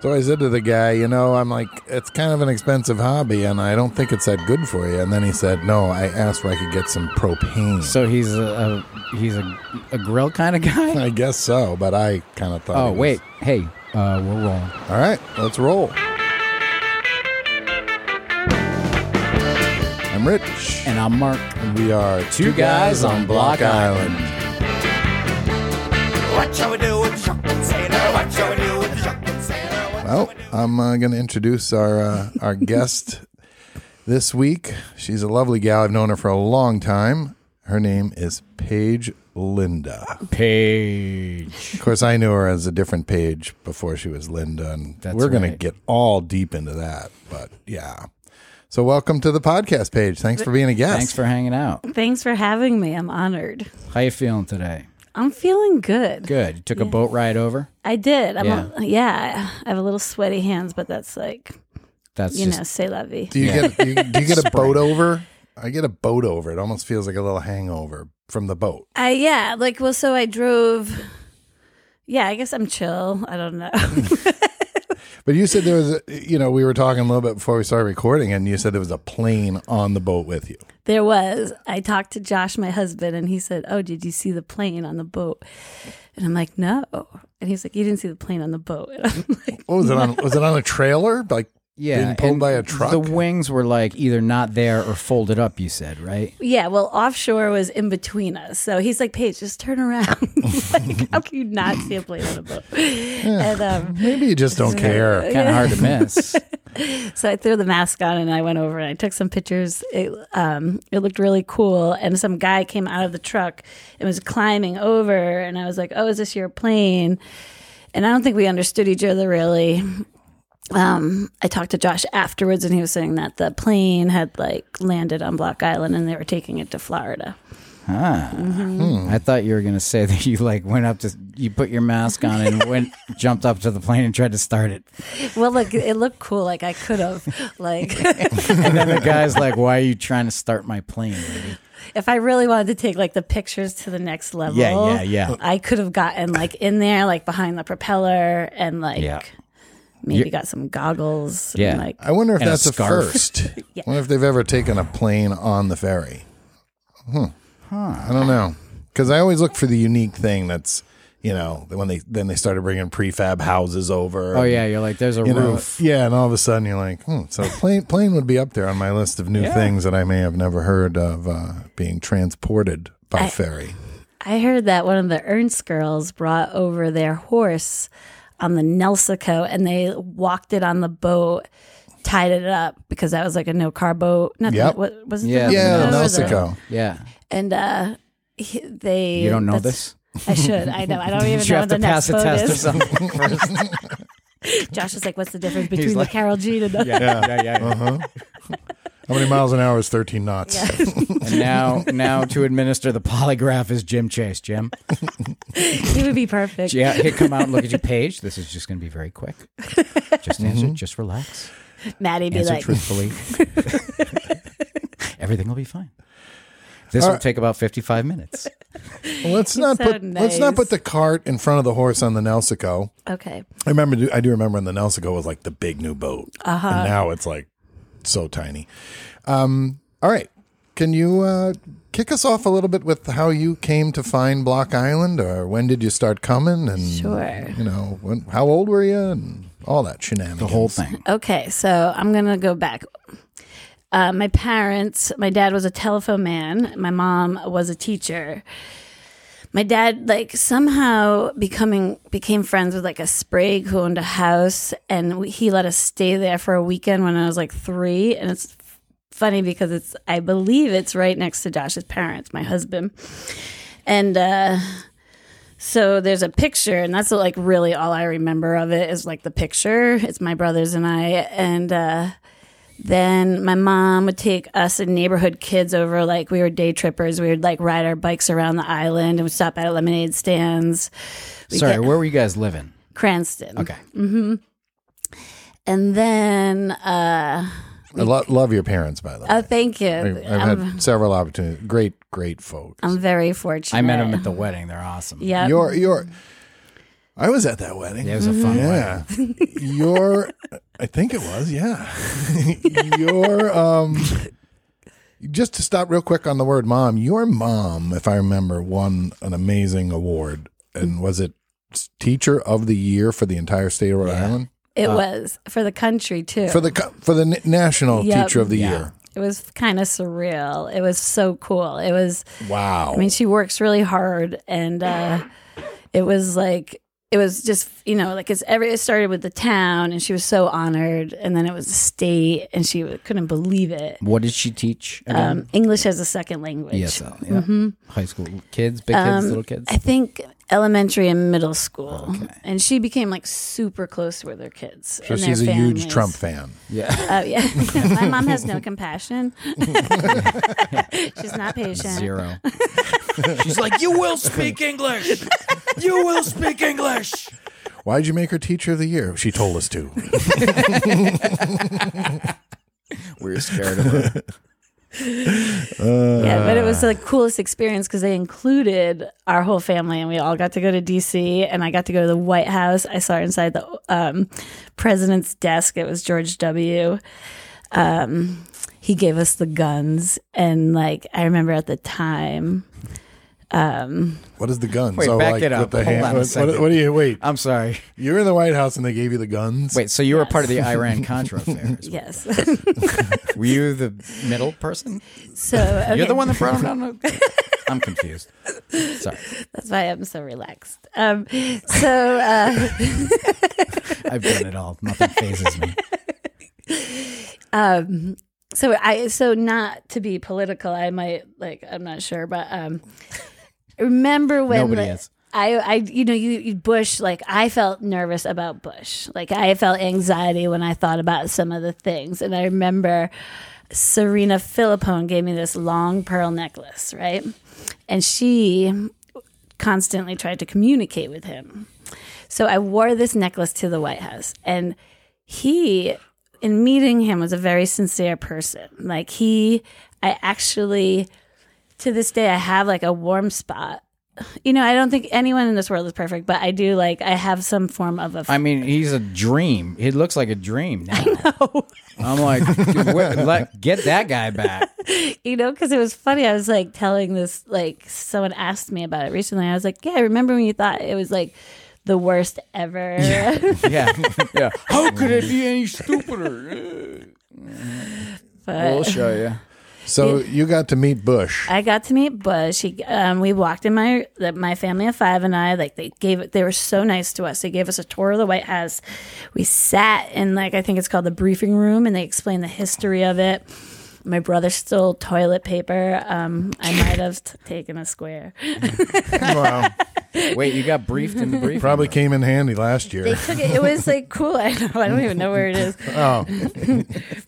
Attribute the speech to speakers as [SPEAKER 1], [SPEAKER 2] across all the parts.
[SPEAKER 1] So I said to the guy, you know, I'm like, it's kind of an expensive hobby, and I don't think it's that good for you. And then he said, no, I asked where I could get some propane.
[SPEAKER 2] So he's a, a he's a, a grill kind of guy.
[SPEAKER 1] I guess so, but I kind of thought.
[SPEAKER 2] Oh
[SPEAKER 1] he was-
[SPEAKER 2] wait, hey, uh, we're rolling.
[SPEAKER 1] All right, let's roll. I'm Rich,
[SPEAKER 2] And I'm Mark.
[SPEAKER 1] and we are two, guys, on Block Island.
[SPEAKER 3] What shall we do with the drunken sailor? What shall we do with the drunken sailor? What
[SPEAKER 1] Well, I'm uh, going to introduce our uh, our guest this week. She's a lovely gal. I've known her for a long time. Her name is Paige Linda.
[SPEAKER 2] Page.
[SPEAKER 1] Of course, I knew her as a different Paige before she was Linda, and
[SPEAKER 2] That's
[SPEAKER 1] we're going to
[SPEAKER 2] right.
[SPEAKER 1] get all deep into that. But yeah, so welcome to the podcast, Paige. Thanks for being a guest.
[SPEAKER 2] Thanks for hanging out.
[SPEAKER 4] Thanks for having me. I'm honored.
[SPEAKER 2] How you feeling today?
[SPEAKER 4] I'm feeling good.
[SPEAKER 2] Good. You took a boat ride over.
[SPEAKER 4] I did. I'm
[SPEAKER 2] Yeah.
[SPEAKER 4] yeah. yeah, I have a little sweaty hands, but that's like,
[SPEAKER 2] That's
[SPEAKER 4] you
[SPEAKER 2] just
[SPEAKER 4] know, say la vie.
[SPEAKER 1] Do you get do you, do you get a boat over? I get a boat over. It almost feels like a little hangover from the boat.
[SPEAKER 4] I yeah, like well so I drove Yeah, I guess I'm chill. I don't know.
[SPEAKER 1] But you said there was, a, you know, we were talking a little bit before we started recording, and you said there was a plane on the boat with you.
[SPEAKER 4] there was. I talked to Josh, my husband, and he said, "Oh, did you see the plane on the boat?" And I'm like, "No." And he's like, "You didn't see the plane on the boat." And I'm like,
[SPEAKER 1] What was it on? Was it on a trailer? Like
[SPEAKER 2] yeah.
[SPEAKER 1] being pulled
[SPEAKER 2] and
[SPEAKER 1] by a truck?
[SPEAKER 2] The wings were like either not there or folded up. You said right.
[SPEAKER 4] Yeah, well, offshore was in between us. So he's like, Paige, just turn around. like, how can you not see a plane on a boat? And um,
[SPEAKER 1] maybe you just don't care.
[SPEAKER 2] Kind of hard to miss.
[SPEAKER 4] so I threw the mask on and I went over and I took some pictures. It, um, it looked really cool. And some guy came out of the truck and was climbing over. And I was like, oh, is this your plane? And I don't think we understood each other really. Um, I talked to Josh afterwards and he was saying that the plane had like landed on Block Island and they were taking it to Florida.
[SPEAKER 2] Ah.
[SPEAKER 4] Mm-hmm.
[SPEAKER 2] I thought you were gonna say that you like went up to you put your mask on and went jumped up to the plane and tried to start it.
[SPEAKER 4] Well, look, it looked cool. Like I could have, like,
[SPEAKER 2] And then the guy's like, "Why are you trying to start my plane?" lady?"
[SPEAKER 4] if I really wanted to take like the pictures to the next level,
[SPEAKER 2] Yeah, yeah, yeah.
[SPEAKER 4] I could have gotten like in there, like behind the propeller, and like
[SPEAKER 2] Yeah.
[SPEAKER 4] maybe
[SPEAKER 2] You-
[SPEAKER 4] got some goggles.
[SPEAKER 2] Yeah.
[SPEAKER 4] and, like
[SPEAKER 1] I wonder if
[SPEAKER 2] And a
[SPEAKER 1] that's a,
[SPEAKER 2] scarf.
[SPEAKER 1] first. I wonder if they've ever taken a plane on the ferry. Hmm. I don't know because I always look for the unique thing that's you know when they then they started bringing prefab houses over.
[SPEAKER 2] Oh yeah, you're like, "There's a
[SPEAKER 1] You know,
[SPEAKER 2] roof."
[SPEAKER 1] yeah, and all of a sudden you're like, hmm. So plane plane would be up there on my list of new things that I may have never heard of uh, being transported by ferry.
[SPEAKER 4] I heard that one of the Ernst girls brought over their horse on the Nelsico and they walked it on the boat, tied it up because that was like a no car boat. Not
[SPEAKER 1] Yep.
[SPEAKER 4] what was it?
[SPEAKER 2] Yeah,
[SPEAKER 4] the
[SPEAKER 1] Yeah,
[SPEAKER 2] the
[SPEAKER 1] the
[SPEAKER 4] Nelsico or the-
[SPEAKER 1] Nausicaa.
[SPEAKER 2] Yeah,
[SPEAKER 4] And uh, he- they
[SPEAKER 2] you don't know
[SPEAKER 4] that's-
[SPEAKER 2] this.
[SPEAKER 4] I should. I know. I don't even
[SPEAKER 2] you
[SPEAKER 4] know
[SPEAKER 2] have
[SPEAKER 4] what the
[SPEAKER 2] to pass
[SPEAKER 4] next
[SPEAKER 2] a
[SPEAKER 4] boat
[SPEAKER 2] test or
[SPEAKER 4] is.
[SPEAKER 2] something first?
[SPEAKER 4] Josh is like, "What's the difference between
[SPEAKER 2] like-
[SPEAKER 4] the Carol Jean and the?"
[SPEAKER 2] yeah, yeah, yeah.
[SPEAKER 1] How many miles an hour is 13 knots?
[SPEAKER 2] And now, now to administer the polygraph is Jim Chase. Jim,
[SPEAKER 4] He would be perfect.
[SPEAKER 2] yeah, hey, come out and look at your page. This is just going to be very quick. Just answer. Just relax.
[SPEAKER 4] Maddie'd be
[SPEAKER 2] Answer
[SPEAKER 4] like,
[SPEAKER 2] truthfully. Everything will be fine. This will take about fifty-five minutes.
[SPEAKER 1] Well, let's not
[SPEAKER 4] so
[SPEAKER 1] put let's not
[SPEAKER 4] nice.
[SPEAKER 1] put the cart in front of the horse on the Nelsico.
[SPEAKER 4] "Okay,
[SPEAKER 1] I remember I do remember when the Nelsico was like the big new boat. Uh-huh. And now it's like so tiny. Um, all right. Can you uh, kick us off a little bit with how you came to find Block Island or when did you start coming and
[SPEAKER 4] Sure.
[SPEAKER 1] you know, when, how old were you and all that shenanigans.
[SPEAKER 2] The whole thing.
[SPEAKER 4] okay." So I'm gonna go back. Uh, my parents. My dad was a telephone man. My mom was a teacher. My dad like somehow becoming became friends with like a sprig who owned a house, and we, he let us stay there for a weekend when I was like three. And it's f- funny because it's I believe it's right next to Josh's parents, my husband, and. uh So there's a picture, and that's like really all I remember of it is like the picture. It's my brothers and I, and uh, then my mom would take us and neighborhood kids over. Like we were day trippers. We would like ride our bikes around the island and we'd stop at lemonade stands,
[SPEAKER 2] Sorry, where were you guys living?
[SPEAKER 4] Cranston,
[SPEAKER 2] Okay,
[SPEAKER 4] and then uh,
[SPEAKER 1] I lo- love your parents by the way.
[SPEAKER 4] oh, thank you.
[SPEAKER 1] I've, I've
[SPEAKER 4] I'm,
[SPEAKER 1] had several opportunities. Great, great folks.
[SPEAKER 4] I'm very fortunate.
[SPEAKER 2] I met them at the wedding. They're awesome.
[SPEAKER 4] yeah.
[SPEAKER 1] Your your I was at that wedding.
[SPEAKER 2] It was a fun one.
[SPEAKER 1] Mm-hmm. Yeah. Your I think it was, yeah. your um just to stop real quick on the word mom, your mom, if I remember, won an amazing award and was it teacher of the year for the entire state of Rhode Island?
[SPEAKER 4] It was for the country too.
[SPEAKER 1] uh, For the co- for the n- national
[SPEAKER 4] Yep.
[SPEAKER 1] teacher of the
[SPEAKER 2] Yeah.
[SPEAKER 1] year.
[SPEAKER 4] it was kind of surreal. It was so cool. It was
[SPEAKER 1] Wow.
[SPEAKER 4] I mean, she works really hard, and uh, it was like it was just you know like it's every it started with the town, and she was so honored, and then it was the state, and she couldn't believe it.
[SPEAKER 2] What did she teach? Again?
[SPEAKER 4] Um, English as a second language.
[SPEAKER 1] uh,
[SPEAKER 2] ESL. Yeah. High school kids, big kids, little kids.
[SPEAKER 4] Um, I think elementary and middle school, and she became like super close with her kids.
[SPEAKER 1] so
[SPEAKER 4] and their
[SPEAKER 1] she's a huge
[SPEAKER 4] families.
[SPEAKER 1] Trump fan.
[SPEAKER 2] yeah.
[SPEAKER 4] Oh yeah, my mom has no compassion. She's not patient.
[SPEAKER 2] Zero.
[SPEAKER 5] She's like, you will speak English. You will speak English.
[SPEAKER 1] Why'd you make her teacher of the year? She told us to.
[SPEAKER 2] We were scared of her.
[SPEAKER 4] Yeah, but
[SPEAKER 2] Uh.
[SPEAKER 4] it was the coolest experience because they included our whole family, and we all got to go to DC, and I got to go to the White House. I saw her inside the um, president's desk. It was George W. Um, he gave us the guns, and like I remember at the time,
[SPEAKER 1] What is the gun?
[SPEAKER 2] Wait, back it up.
[SPEAKER 1] with the
[SPEAKER 2] Hold
[SPEAKER 1] hand-
[SPEAKER 2] on a
[SPEAKER 1] what- what,
[SPEAKER 2] second.
[SPEAKER 1] what do you wait?
[SPEAKER 2] I'm sorry.
[SPEAKER 1] You're in the White House and they gave you the guns.
[SPEAKER 2] Wait, so you were part of the Iran Contra affair. as well.
[SPEAKER 4] yes.
[SPEAKER 2] Were you the middle person?
[SPEAKER 4] so okay,
[SPEAKER 2] You're the one that brought him down. I'm confused. Sorry.
[SPEAKER 4] that's why I'm so relaxed. Um, so. Uh,
[SPEAKER 2] I've done it all. Nothing phases me.
[SPEAKER 4] um so i so not to be political i might like i'm not sure but um remember when
[SPEAKER 2] Nobody
[SPEAKER 4] like,
[SPEAKER 2] is.
[SPEAKER 4] I, I, you know, you, you Bush. Like I felt nervous about Bush. Like I felt anxiety when I thought about some of the things. And I remember Serena Philippone gave me this long pearl necklace, right? And she constantly tried to communicate with him. So I wore this necklace to the White House, and he, in meeting him, was a very sincere person. Like he, I actually, to this day, I have like a warm spot. You know, I don't think anyone in this world is perfect, but I do like I have some form of a.
[SPEAKER 2] I mean, he's a dream. He looks like a dream now. I am like, dude, where- let, get that guy back.
[SPEAKER 4] you know, because it was funny. I was like telling this, like someone asked me about it recently. I was like, yeah, I remember when you thought it was like the worst ever.
[SPEAKER 2] Yeah. yeah.
[SPEAKER 5] How could it be any stupider?
[SPEAKER 4] but
[SPEAKER 2] We'll show you.
[SPEAKER 1] So you got to meet Bush.
[SPEAKER 4] I got to meet Bush. He, um, we walked in my the, my family of five and I like they gave they were so nice to us. They gave us a tour of the White House. We sat in like I think it's called the briefing room, and they explained the history of it. My brother stole toilet paper. Um, I might have t- taken a square.
[SPEAKER 1] wow.
[SPEAKER 2] Wait, you got briefed in the brief?
[SPEAKER 1] Probably came in handy last
[SPEAKER 4] They
[SPEAKER 1] year.
[SPEAKER 4] took it. It was like cool. I don't, I don't even know where it is.
[SPEAKER 1] Oh,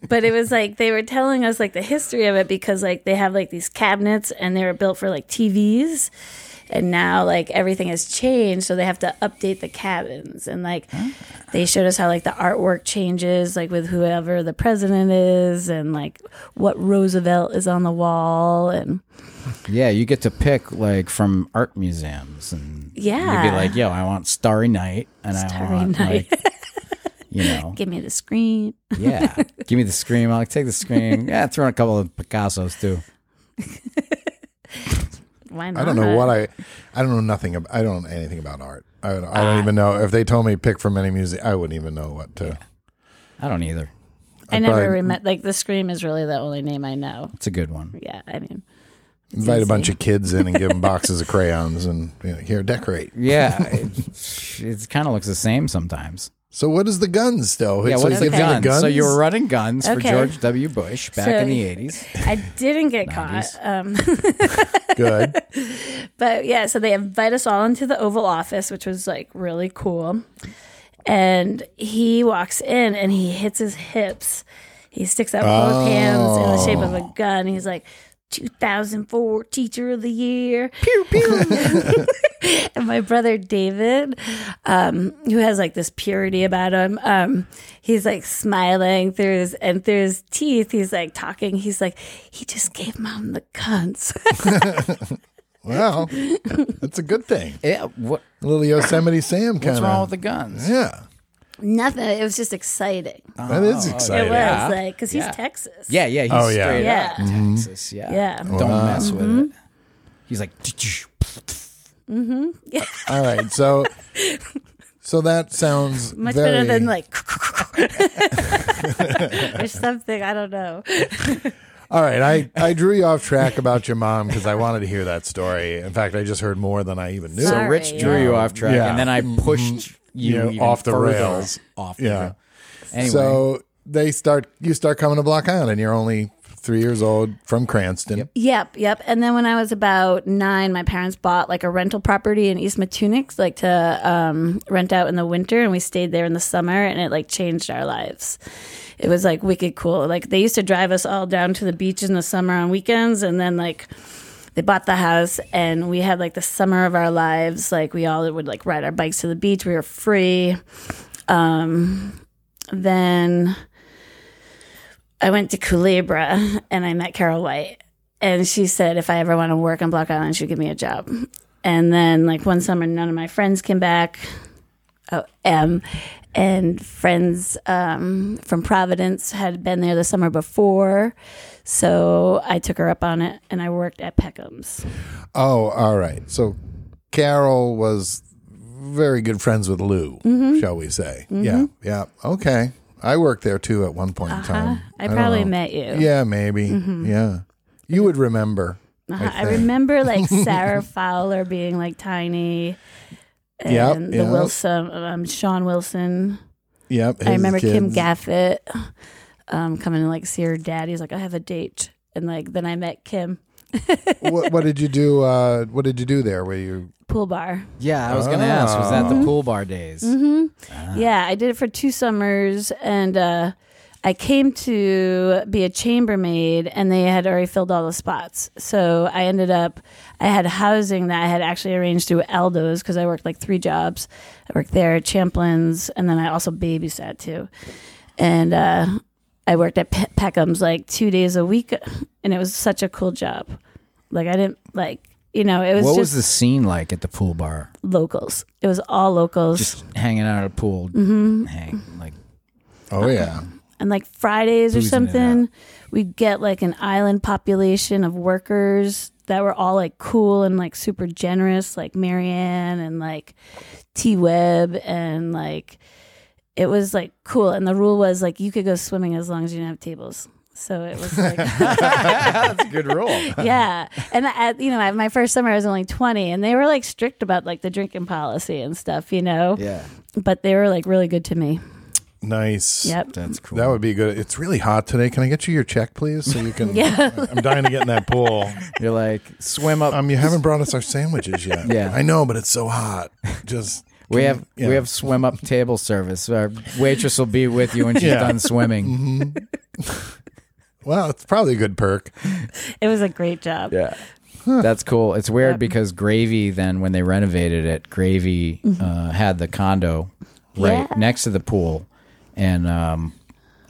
[SPEAKER 4] but it was like they were telling us like the history of it because like they have like these cabinets and they were built for like TVs and now like everything has changed so they have to update the cabins and like
[SPEAKER 1] Ah.
[SPEAKER 4] they showed us how like the artwork changes like with whoever the president is and like what Roosevelt is on the wall and
[SPEAKER 2] Yeah, you get to pick like from art museums and
[SPEAKER 4] Yeah.
[SPEAKER 2] you'd be like, yo, I want Starry Night and I want
[SPEAKER 4] Night.
[SPEAKER 2] like you know,
[SPEAKER 4] give me the screen
[SPEAKER 2] yeah, give me the scream. I'll take the scream. Yeah, throw in a couple of Picasso's too.
[SPEAKER 4] why not
[SPEAKER 1] I don't know what
[SPEAKER 4] Uh-huh.
[SPEAKER 1] I. I don't know nothing. About, I don't know anything about art. I don't,
[SPEAKER 4] Uh,
[SPEAKER 1] I don't even know if they told me pick from any music. I wouldn't even know what to.
[SPEAKER 2] I don't either.
[SPEAKER 4] I never
[SPEAKER 1] probably-
[SPEAKER 4] remember like the scream is really the only name I know
[SPEAKER 2] It's a good one.
[SPEAKER 4] yeah I mean
[SPEAKER 1] Invite a bunch of kids in and give them boxes of crayons and you know, here decorate.
[SPEAKER 2] Yeah, it, it kind of looks the same sometimes.
[SPEAKER 1] So what is the guns though?
[SPEAKER 2] Yeah,
[SPEAKER 1] so
[SPEAKER 2] what's
[SPEAKER 1] you
[SPEAKER 2] the
[SPEAKER 1] give them
[SPEAKER 2] guns? So you were running guns for
[SPEAKER 4] Okay.
[SPEAKER 2] George W. Bush back
[SPEAKER 4] So-
[SPEAKER 2] in the eighties.
[SPEAKER 4] I didn't get caught um
[SPEAKER 1] good.
[SPEAKER 4] But yeah, so they invite us all into the Oval Office, which was like really cool. And he walks in and he hits his hips. He sticks out both hands in the shape of a gun. He's like, 2004 Teacher of the Year. Pew, pew. and my brother David, um, who has like this purity about him, um, he's like smiling through his, and through his teeth, he's like talking. He's like, he just gave mom the guns.
[SPEAKER 1] Well, that's a good thing.
[SPEAKER 2] Yeah, what,
[SPEAKER 1] A little Yosemite Sam kind
[SPEAKER 2] what's
[SPEAKER 1] of.
[SPEAKER 2] wrong with the guns?
[SPEAKER 1] Yeah,
[SPEAKER 4] Nothing. It was just exciting.
[SPEAKER 1] that is
[SPEAKER 4] it
[SPEAKER 1] exciting.
[SPEAKER 4] was
[SPEAKER 2] Oh, yeah.
[SPEAKER 4] like because he's
[SPEAKER 2] Yeah.
[SPEAKER 4] Texas.
[SPEAKER 2] Yeah, yeah. He's
[SPEAKER 1] Oh, yeah.
[SPEAKER 2] Straight
[SPEAKER 4] Yeah.
[SPEAKER 2] Up Texas. Yeah.
[SPEAKER 4] Yeah. Mm-hmm.
[SPEAKER 2] Don't mess with it. He's like,
[SPEAKER 1] All right, so so that sounds
[SPEAKER 4] Much
[SPEAKER 1] very,
[SPEAKER 4] better than like or something. I don't know.
[SPEAKER 1] All right, I I drew you off track about your mom because I wanted to hear that story. In fact, I just heard more than I even knew.
[SPEAKER 4] Sorry.
[SPEAKER 2] Rich drew you off track,
[SPEAKER 1] Um, Yeah. Mm-hmm.
[SPEAKER 2] and then I pushed you
[SPEAKER 1] Yeah,
[SPEAKER 2] even
[SPEAKER 1] off the
[SPEAKER 2] further
[SPEAKER 1] rails.
[SPEAKER 2] Off. The
[SPEAKER 1] Yeah.
[SPEAKER 2] rails. Anyway,
[SPEAKER 1] So they start you start coming to Block Island, and you're only three years old from Cranston.
[SPEAKER 4] Yep, yep. And then when I was about nine, my parents bought like a rental property in East Matunix, like to um, rent out in the winter, and we stayed there in the summer, and it like changed our lives. It was like wicked cool. Like they used to drive us all down to the beach in the summer on weekends, and then like they bought the house and we had like the summer of our lives like we all would like ride our bikes to the beach we were free um then i went to culebra and i met carol white and she said if i ever want to work on block island she'd give me a job and then like one summer none of my friends came back oh m and friends um, from providence had been there the summer before so i took her up on it and i worked at peckham's
[SPEAKER 1] Oh, all right. So Carol was very good friends with Lou,
[SPEAKER 4] Mm-hmm.
[SPEAKER 1] shall we say? Yeah, yeah. Okay, I worked there too at one point in
[SPEAKER 4] Uh-huh.
[SPEAKER 1] time.
[SPEAKER 4] I,
[SPEAKER 1] don't
[SPEAKER 4] probably
[SPEAKER 1] know.
[SPEAKER 4] met you.
[SPEAKER 1] Oh. Yeah, maybe.
[SPEAKER 4] Mm-hmm.
[SPEAKER 1] Yeah, you would remember.
[SPEAKER 4] Uh-huh. I,
[SPEAKER 1] think.
[SPEAKER 4] remember like Sarah Fowler being like tiny. And
[SPEAKER 1] Yep,
[SPEAKER 4] the
[SPEAKER 1] yep.
[SPEAKER 4] Wilson, um, Sean Wilson.
[SPEAKER 1] Yep.
[SPEAKER 4] I
[SPEAKER 1] his
[SPEAKER 4] remember Kim
[SPEAKER 1] kids.
[SPEAKER 4] Gaffett um, coming and like see her dad. He's like, I have a date, and like then I met Kim
[SPEAKER 1] what, what did you do? Uh, what did you do there? Were you
[SPEAKER 4] Pool Bar.
[SPEAKER 2] yeah, I was going to
[SPEAKER 1] Ah.
[SPEAKER 2] ask, was that the pool bar days? Uh-huh.
[SPEAKER 4] Yeah, I did it for two summers, and uh, I came to be a chambermaid, and they had already filled all the spots. So I ended up, I had housing that I had actually arranged through Aldo's because I worked like three jobs. I worked there at Champlin's, and then I also babysat too. And uh, I worked at Pe- Peckham's like two days a week, and it was such a cool job. Like I didn't like. You know, it was
[SPEAKER 2] What
[SPEAKER 4] just
[SPEAKER 2] was the scene like at the pool bar?
[SPEAKER 4] locals. It was all locals.
[SPEAKER 2] Just hanging out at a pool, hang like
[SPEAKER 1] Oh yeah.
[SPEAKER 4] and like Fridays or
[SPEAKER 2] Boozing it
[SPEAKER 4] something, we'd get like an island population of workers that were all like cool and like super generous, like Marianne and like T Web and like it was like cool. And the rule was like you could go swimming as long as you didn't have tables. So it was like
[SPEAKER 1] That's a good rule.
[SPEAKER 4] yeah and at, you know at my first summer i was only 20 and they were like strict about like the drinking policy and stuff you know
[SPEAKER 2] yeah,
[SPEAKER 4] but they were like really good to me
[SPEAKER 1] Nice.
[SPEAKER 4] yep
[SPEAKER 2] that's cool.
[SPEAKER 1] That would be good. It's really hot today. Can I get you your check, please? So you can. yeah. I'm dying to get in that pool.
[SPEAKER 2] You're like swim up.
[SPEAKER 1] Um, you haven't brought us our sandwiches yet.
[SPEAKER 2] Yeah.
[SPEAKER 1] I know, but it's so hot. Just.
[SPEAKER 2] we have
[SPEAKER 1] yeah.
[SPEAKER 2] we have swim up table service. Our waitress will be with you when she's
[SPEAKER 1] Yeah. Mm-hmm.
[SPEAKER 2] done swimming.
[SPEAKER 1] Well, it's probably a good perk.
[SPEAKER 4] it was a great job
[SPEAKER 2] Yeah. That's cool. It's weird
[SPEAKER 4] Yep.
[SPEAKER 2] because Gravy then when they renovated it, Gravy uh, had the condo right
[SPEAKER 4] Yeah.
[SPEAKER 2] next to the pool and um,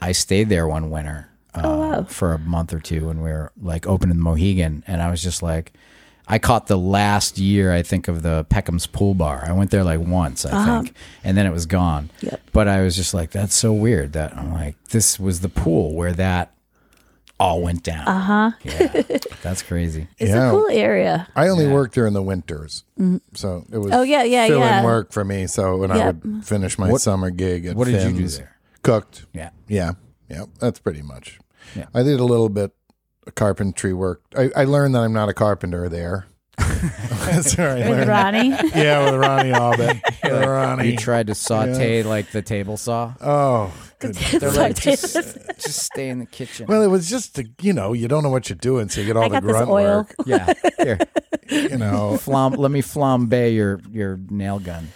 [SPEAKER 2] I stayed there one winter
[SPEAKER 4] Oh,
[SPEAKER 2] uh, for a month or two when we were like opening the Mohegan and I was just like I caught the last year I think of the Peckham's pool bar. I went there like once, I think, and then it was gone.
[SPEAKER 4] Uh-huh. Yep.
[SPEAKER 2] But I was just like that's so weird that I'm like this was the pool where that all went down. Uh-huh. Yeah. That's crazy.
[SPEAKER 4] it's
[SPEAKER 1] Yeah.
[SPEAKER 4] a cool area
[SPEAKER 1] I only worked during the winters, so it was.
[SPEAKER 4] Oh, yeah, yeah,
[SPEAKER 1] fill-in
[SPEAKER 4] yeah.
[SPEAKER 1] work for me. So when I
[SPEAKER 4] Yep.
[SPEAKER 1] would finish my summer gig at
[SPEAKER 2] what did you do
[SPEAKER 1] Finn's,
[SPEAKER 2] there?
[SPEAKER 1] Cooked.
[SPEAKER 2] Yeah.
[SPEAKER 1] Yeah. Yeah. That's pretty much.
[SPEAKER 2] Yeah.
[SPEAKER 1] I did a little bit of carpentry work. I, I learned that I'm not a carpenter there. That's where I
[SPEAKER 4] with
[SPEAKER 1] learned-
[SPEAKER 4] ronnie
[SPEAKER 1] Yeah, with Ronnie Albin. With Ronnie.
[SPEAKER 2] You tried to saute like the table saw.
[SPEAKER 1] oh, good.
[SPEAKER 2] They're like, just,
[SPEAKER 4] Potatoes.
[SPEAKER 2] just stay in the kitchen.
[SPEAKER 1] Well, it was just, the, you know, you don't know what you're doing, so you get all
[SPEAKER 4] I
[SPEAKER 1] the
[SPEAKER 4] got this
[SPEAKER 1] grunt
[SPEAKER 4] oil.
[SPEAKER 1] work.
[SPEAKER 2] yeah. Here,
[SPEAKER 1] You know,
[SPEAKER 2] flam- let me flambe your, your nail gun.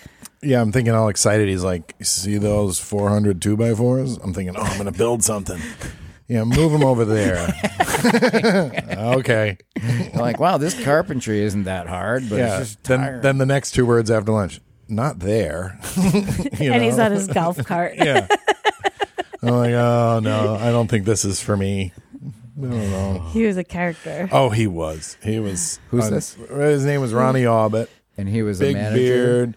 [SPEAKER 1] yeah, I'm thinking all excited. He's like, "You see those 400 two by fours? I'm thinking, oh, I'm going to build something. Yeah, move them over there. okay.
[SPEAKER 2] You're like, wow, this carpentry isn't that hard, but
[SPEAKER 1] Yeah.
[SPEAKER 2] it's just
[SPEAKER 1] Then,
[SPEAKER 2] tiring.
[SPEAKER 1] then the next two words after lunch, not there. You
[SPEAKER 4] and he's
[SPEAKER 1] know?
[SPEAKER 4] on his golf cart.
[SPEAKER 1] Yeah. I'm like, oh no, I don't think this is for me. I don't know.
[SPEAKER 4] He was a character.
[SPEAKER 1] Oh, he was. He was.
[SPEAKER 2] Who's this?
[SPEAKER 1] His name was Ronnie Aubert.
[SPEAKER 2] and he was a
[SPEAKER 1] Big
[SPEAKER 2] manager.
[SPEAKER 1] beard.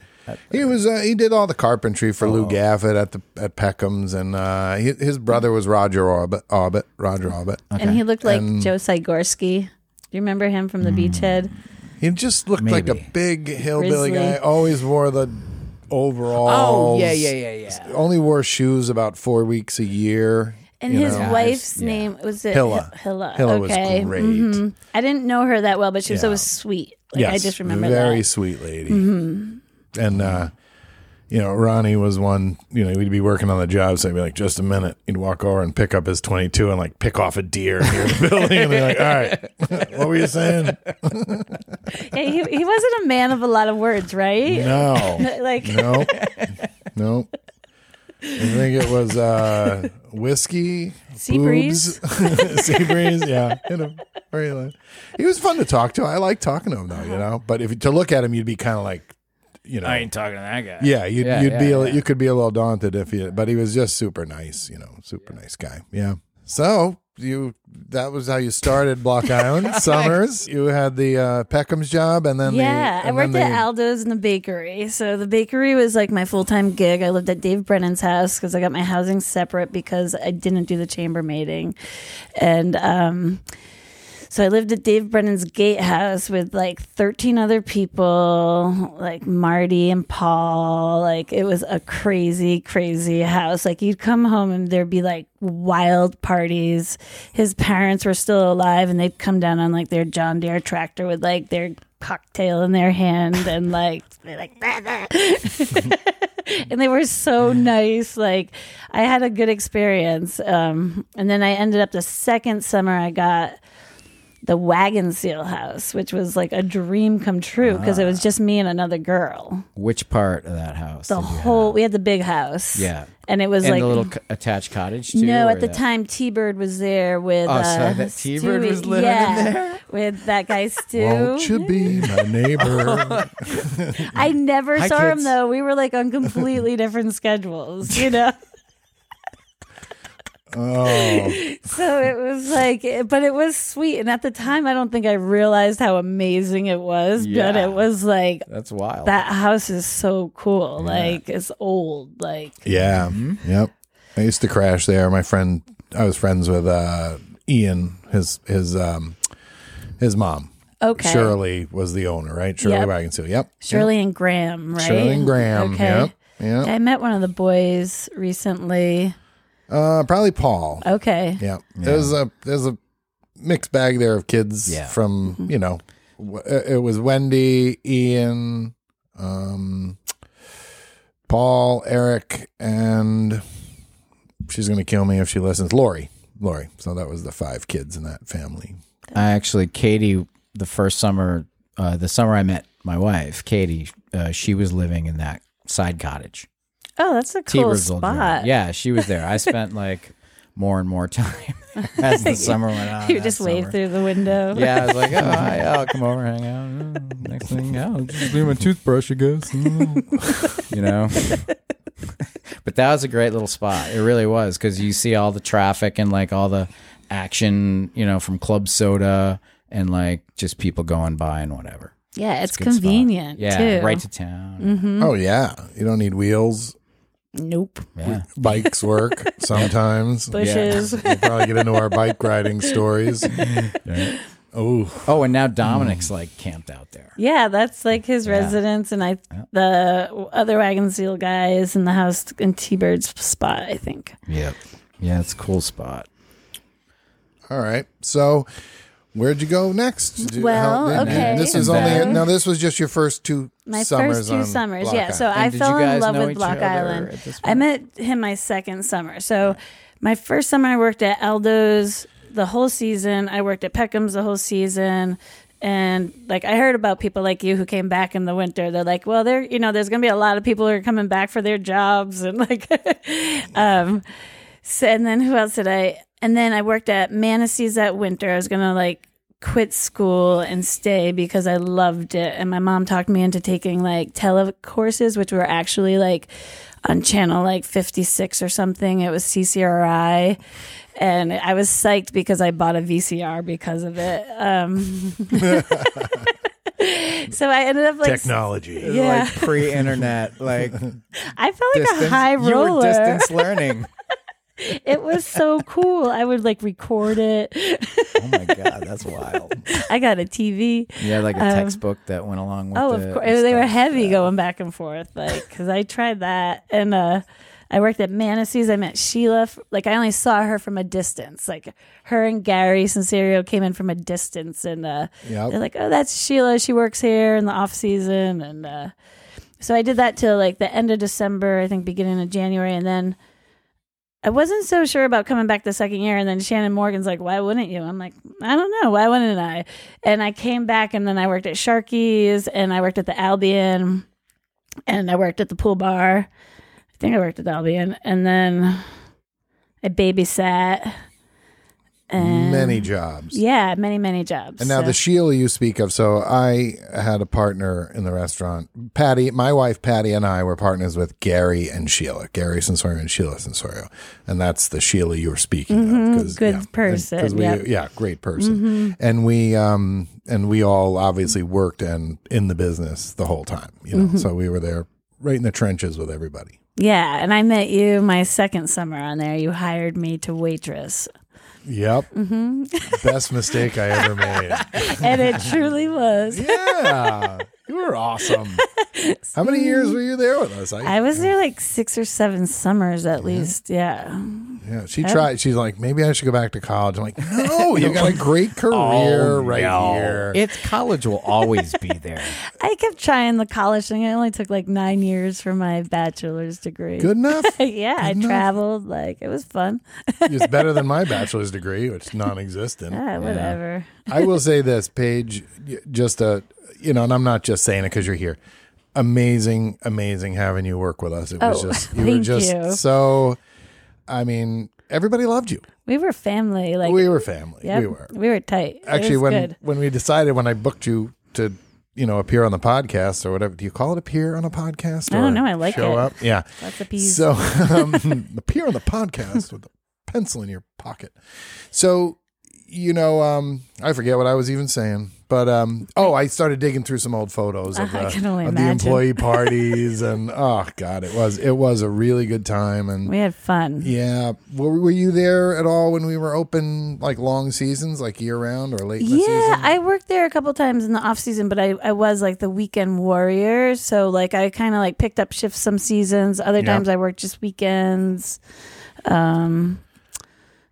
[SPEAKER 1] He was. Uh, he did all the carpentry for
[SPEAKER 2] Oh.
[SPEAKER 1] Lou Gaffett at the at Peckham's, and uh, hi- his brother was Roger Aubert. Aubert Roger Aubert.
[SPEAKER 2] Uh,
[SPEAKER 4] And he looked like Joe Sigorsky. Do you remember him from
[SPEAKER 1] Hmm.
[SPEAKER 4] The Beachhead?
[SPEAKER 1] He just looked like
[SPEAKER 2] Maybe.
[SPEAKER 1] a big hillbilly
[SPEAKER 4] Grizzly.
[SPEAKER 1] guy. Always wore the
[SPEAKER 4] Oh,
[SPEAKER 1] overalls.
[SPEAKER 2] Oh, yeah.
[SPEAKER 1] Only wore shoes about four weeks a year.
[SPEAKER 4] And
[SPEAKER 1] you
[SPEAKER 4] his
[SPEAKER 1] know.
[SPEAKER 4] wife's
[SPEAKER 2] Yeah.
[SPEAKER 4] name was it
[SPEAKER 1] Hilla.
[SPEAKER 4] Hilla.
[SPEAKER 1] Hilla was
[SPEAKER 4] okay.
[SPEAKER 1] great.
[SPEAKER 4] Mhm. I didn't know her that well, but she was
[SPEAKER 1] Yeah.
[SPEAKER 4] always sweet. Like, I just remember
[SPEAKER 1] very
[SPEAKER 4] that. Mm-hmm.
[SPEAKER 1] sweet lady. And uh, you know, Ronnie was one. You know, we'd be working on the job, so he'd be like, "Just a minute." He'd walk over and pick up his twenty-two and like pick off a deer near the building, and be like, "All right, what were you saying?"
[SPEAKER 4] Yeah, he, he wasn't a man of a lot of words, right?
[SPEAKER 1] No,
[SPEAKER 4] Like
[SPEAKER 1] no, no. I think it was uh, whiskey,
[SPEAKER 4] Sea
[SPEAKER 1] boobs, sea breeze. Yeah, you know, very. low. He was fun to talk to. I like talking to him though, you know. But if to look at him, you'd be kind of like, you know,
[SPEAKER 5] I ain't talking to that guy.
[SPEAKER 1] Yeah, you'd,
[SPEAKER 2] Yeah,
[SPEAKER 1] you'd
[SPEAKER 2] yeah,
[SPEAKER 1] be a,
[SPEAKER 2] yeah.
[SPEAKER 1] you could be a little daunted if you, but he was just super nice, you know, super nice guy. Yeah. So you that was how you started Block Island Summers. You had the uh, Peckham's job, and then
[SPEAKER 4] Yeah,
[SPEAKER 1] the,
[SPEAKER 4] I
[SPEAKER 1] and
[SPEAKER 4] worked
[SPEAKER 1] then
[SPEAKER 4] at
[SPEAKER 1] the-
[SPEAKER 4] Aldo's and the bakery. So the bakery was like my full time gig. I lived at Dave Brennan's house because I got my housing separate because I didn't do the chamber mating, and um, so I lived at Dave Brennan's gatehouse with like thirteen other people, like Marty and Paul. Like it was a crazy, crazy house. Like you'd come home and there'd be like wild parties. His parents were still alive, and they'd come down on like their John Deere tractor with like their cocktail in their hand and like they're like "Bah, bah." and they were so nice like i had a good experience um, and then i ended up the second summer i got the wagon seal house which was like a dream come true because it was just me and another girl
[SPEAKER 2] Which part of that house?
[SPEAKER 4] the
[SPEAKER 2] did you have?
[SPEAKER 4] whole we had the big house
[SPEAKER 2] Yeah.
[SPEAKER 4] and it was
[SPEAKER 2] and
[SPEAKER 4] like
[SPEAKER 2] the little co- attached cottage too.
[SPEAKER 4] no,
[SPEAKER 2] or
[SPEAKER 4] at the
[SPEAKER 2] that-
[SPEAKER 4] time T Bird was there with.
[SPEAKER 2] Oh, so
[SPEAKER 4] uh,
[SPEAKER 2] that T-Bird was
[SPEAKER 4] Stewie.
[SPEAKER 2] living in
[SPEAKER 4] yeah, with that guy Stu.
[SPEAKER 1] Won't you be my neighbor?
[SPEAKER 4] I never
[SPEAKER 2] Hi,
[SPEAKER 4] saw him
[SPEAKER 2] kids.
[SPEAKER 4] though. We were like on completely different schedules, you know.
[SPEAKER 1] oh,
[SPEAKER 4] So it was like, but it was sweet. And at the time, I don't think I realized how amazing it was. But
[SPEAKER 2] Yeah.
[SPEAKER 4] it was like
[SPEAKER 2] That's wild.
[SPEAKER 4] that house is so cool. Like it's old. Like
[SPEAKER 1] yeah,
[SPEAKER 4] Mm-hmm.
[SPEAKER 1] yep. I used to crash there. My friend, I was friends with uh, Ian, his his um, his mom.
[SPEAKER 4] okay,
[SPEAKER 1] Shirley was the owner, right? Shirley
[SPEAKER 4] Yep.
[SPEAKER 1] Wagon Seal. Yep.
[SPEAKER 4] Shirley and Graham, right?
[SPEAKER 1] Shirley and Graham.
[SPEAKER 4] Okay.
[SPEAKER 1] Yep. Yep.
[SPEAKER 4] I met one of the boys recently.
[SPEAKER 1] Uh, probably Paul.
[SPEAKER 4] Okay.
[SPEAKER 1] Yeah. There's a there's a mixed bag there of kids
[SPEAKER 2] Yeah.
[SPEAKER 1] from, you know, w- uh, it was Wendy, Ian, um Paul, Eric, and she's going to kill me if she listens. Lori. Lori. So that was the five kids in that family.
[SPEAKER 2] I actually, Katie, the first summer, uh, the summer I met my wife, Katie, uh, she was living in that side cottage.
[SPEAKER 4] Oh, that's a cool
[SPEAKER 2] T-Birds old
[SPEAKER 4] spot.
[SPEAKER 2] room. Yeah, she was there. I spent like more and more time as the summer went on.
[SPEAKER 4] You
[SPEAKER 2] that
[SPEAKER 4] just wave
[SPEAKER 2] summer.
[SPEAKER 4] through the window.
[SPEAKER 2] Yeah, I was like, oh, hi, I'll come over, hang out. Oh, Next thing, yeah, I'll just leave my toothbrush, I guess. Mm. you know? but that was a great little spot. It really was because you see all the traffic and like all the action, you know, from Club Soda and like just people going by and whatever.
[SPEAKER 4] Yeah, it's,
[SPEAKER 2] Good spot.
[SPEAKER 4] convenient
[SPEAKER 2] Yeah,
[SPEAKER 4] too.
[SPEAKER 2] right to town.
[SPEAKER 4] Mm.
[SPEAKER 1] Oh yeah. You don't need wheels.
[SPEAKER 4] nope.
[SPEAKER 2] Yeah.
[SPEAKER 1] Bikes work sometimes.
[SPEAKER 4] Bushes.
[SPEAKER 1] We'll probably get into our bike riding stories. Oh,
[SPEAKER 2] Oh, and now Dominic's like camped out there.
[SPEAKER 4] Yeah, that's like his residence, and I the other wagon seal guy is in the house in T Bird's spot, I think.
[SPEAKER 2] Yep. Yeah, it's a cool spot.
[SPEAKER 1] All right. So where'd you go next? Do-
[SPEAKER 4] Well,
[SPEAKER 1] did-
[SPEAKER 4] okay.
[SPEAKER 1] This is
[SPEAKER 2] And
[SPEAKER 1] only
[SPEAKER 2] then-
[SPEAKER 1] now. This was just your first two
[SPEAKER 4] My
[SPEAKER 1] summers.
[SPEAKER 4] first two
[SPEAKER 1] on
[SPEAKER 4] summers,
[SPEAKER 1] Block
[SPEAKER 4] yeah. So
[SPEAKER 1] Island.
[SPEAKER 4] I
[SPEAKER 2] did
[SPEAKER 4] fell
[SPEAKER 2] you
[SPEAKER 4] in
[SPEAKER 2] guys
[SPEAKER 4] love
[SPEAKER 2] know
[SPEAKER 4] with
[SPEAKER 2] each
[SPEAKER 4] Block
[SPEAKER 2] other
[SPEAKER 4] Island.
[SPEAKER 2] at this
[SPEAKER 4] I met him my second summer. So my first summer, I worked at Aldo's the whole season. I worked at Peckham's the whole season. And like I heard about people like you who came back in the winter. They're like, well, there, you know, there's gonna be a lot of people who are coming back for their jobs, and like, um, so, and then who else did I? And then I worked at Manatees that winter. I was gonna like quit school and stay because I loved it. And my mom talked me into taking like tele courses, which were actually like on channel like 56 or something. It was CCRI. And I was psyched because I bought a VCR because of it. Um, so I ended up like,
[SPEAKER 1] Technology.
[SPEAKER 4] yeah,
[SPEAKER 2] Like pre-internet, like
[SPEAKER 4] I felt like
[SPEAKER 2] distance.
[SPEAKER 4] a high
[SPEAKER 2] you
[SPEAKER 4] roller.
[SPEAKER 2] were distance learning.
[SPEAKER 4] It was so cool. I would like record it.
[SPEAKER 2] Oh my god, that's wild.
[SPEAKER 4] I got a TV.
[SPEAKER 2] You had like a textbook that went along with.
[SPEAKER 4] Um, Oh,
[SPEAKER 2] it
[SPEAKER 4] of course.
[SPEAKER 2] and
[SPEAKER 4] They were
[SPEAKER 2] stuff.
[SPEAKER 4] heavy going back and forth, like because I tried that, and uh, I worked at Manassee's. I met Sheila. f- Like I only saw her from a distance. Like her and Gary Sincerio came in from a distance, and uh,
[SPEAKER 1] Yep.
[SPEAKER 4] they're like, "Oh, that's Sheila. She works here in the off season." And uh, so I did that till like the end of December, I think, beginning of January, and then. I wasn't so sure about coming back the second year. And then Shannon Morgan's like, why wouldn't you? I'm like, I don't know. Why wouldn't I? And I came back and then I worked at Sharky's and I worked at the Albion and I worked at the pool bar. I think I worked at the Albion. And then I babysat. And
[SPEAKER 1] Many jobs.
[SPEAKER 4] Yeah, many, many jobs.
[SPEAKER 1] And now
[SPEAKER 4] So-
[SPEAKER 1] the Sheila you speak of. So I had a partner in the restaurant. Patty, my wife Patty, and I were partners with Gary and Sheila, Gary Sensorio and Sheila Sensorio, and that's the Sheila you were speaking of. 'cause-
[SPEAKER 4] Mm-hmm. good
[SPEAKER 1] and-
[SPEAKER 4] person,
[SPEAKER 1] 'cause we-
[SPEAKER 4] yep. Mm-hmm.
[SPEAKER 1] yeah, great person. And we um and we all obviously worked and in the business the whole time. You
[SPEAKER 4] Mm-hmm.
[SPEAKER 1] know, so we were there right in the trenches with everybody.
[SPEAKER 4] yeah, and I met you my second summer on there. You hired me to waitress.
[SPEAKER 1] Yep.
[SPEAKER 4] Mm-hmm.
[SPEAKER 1] Best mistake I ever made.
[SPEAKER 4] And it truly was.
[SPEAKER 1] yeah. You were awesome. How many years were you there with us?
[SPEAKER 4] I was there like six or seven summers at least. Yeah.
[SPEAKER 1] Yeah, she tried. She's like, maybe I should go back to college. I'm like, no, you got a great
[SPEAKER 4] Oh,
[SPEAKER 1] career right here.
[SPEAKER 2] It's college will always be there.
[SPEAKER 4] I kept trying the college thing. It only took like nine years for my bachelor's degree.
[SPEAKER 1] Good enough.
[SPEAKER 4] yeah, I
[SPEAKER 1] enough.
[SPEAKER 4] traveled. Like it was fun.
[SPEAKER 1] it's better than my bachelor's degree, which is non-existent.
[SPEAKER 4] Yeah, whatever.
[SPEAKER 1] I will say this, Paige, y- just a, you know, and I'm not just saying it because you're here. Amazing, amazing having you work with us. It was
[SPEAKER 4] Oh,
[SPEAKER 1] just, you were
[SPEAKER 4] thank
[SPEAKER 1] just
[SPEAKER 4] you.
[SPEAKER 1] so, I mean, everybody loved you.
[SPEAKER 4] We were family. Like
[SPEAKER 1] we were family.
[SPEAKER 4] yep,
[SPEAKER 1] We were.
[SPEAKER 4] tight. It
[SPEAKER 1] Actually,
[SPEAKER 4] was
[SPEAKER 1] when
[SPEAKER 4] good.
[SPEAKER 1] when we decided when I booked you to, you know, appear on the podcast or whatever, do you call it appear on a podcast?
[SPEAKER 4] I don't
[SPEAKER 1] or
[SPEAKER 4] know. I like
[SPEAKER 1] show
[SPEAKER 4] it.
[SPEAKER 1] up. Yeah.
[SPEAKER 4] Lots of peas.
[SPEAKER 1] So um, appear on the podcast with a pencil in your pocket. So you know, um, I forget what I was even saying, but um, oh, I started digging through some old photos of,
[SPEAKER 4] I
[SPEAKER 1] the,
[SPEAKER 4] can only
[SPEAKER 1] of the
[SPEAKER 4] imagine.
[SPEAKER 1] employee parties, and oh god, it was it was a really good time, and
[SPEAKER 4] we had fun.
[SPEAKER 1] yeah, were, were you there at all when we were open, like long seasons, like year round or late in the
[SPEAKER 4] yeah,
[SPEAKER 1] season?
[SPEAKER 4] I worked there a couple times in the off season, but I, I was like the weekend warrior. So like I kind of like picked up shifts some seasons. Other
[SPEAKER 1] Yeah.
[SPEAKER 4] times I worked just weekends. Um,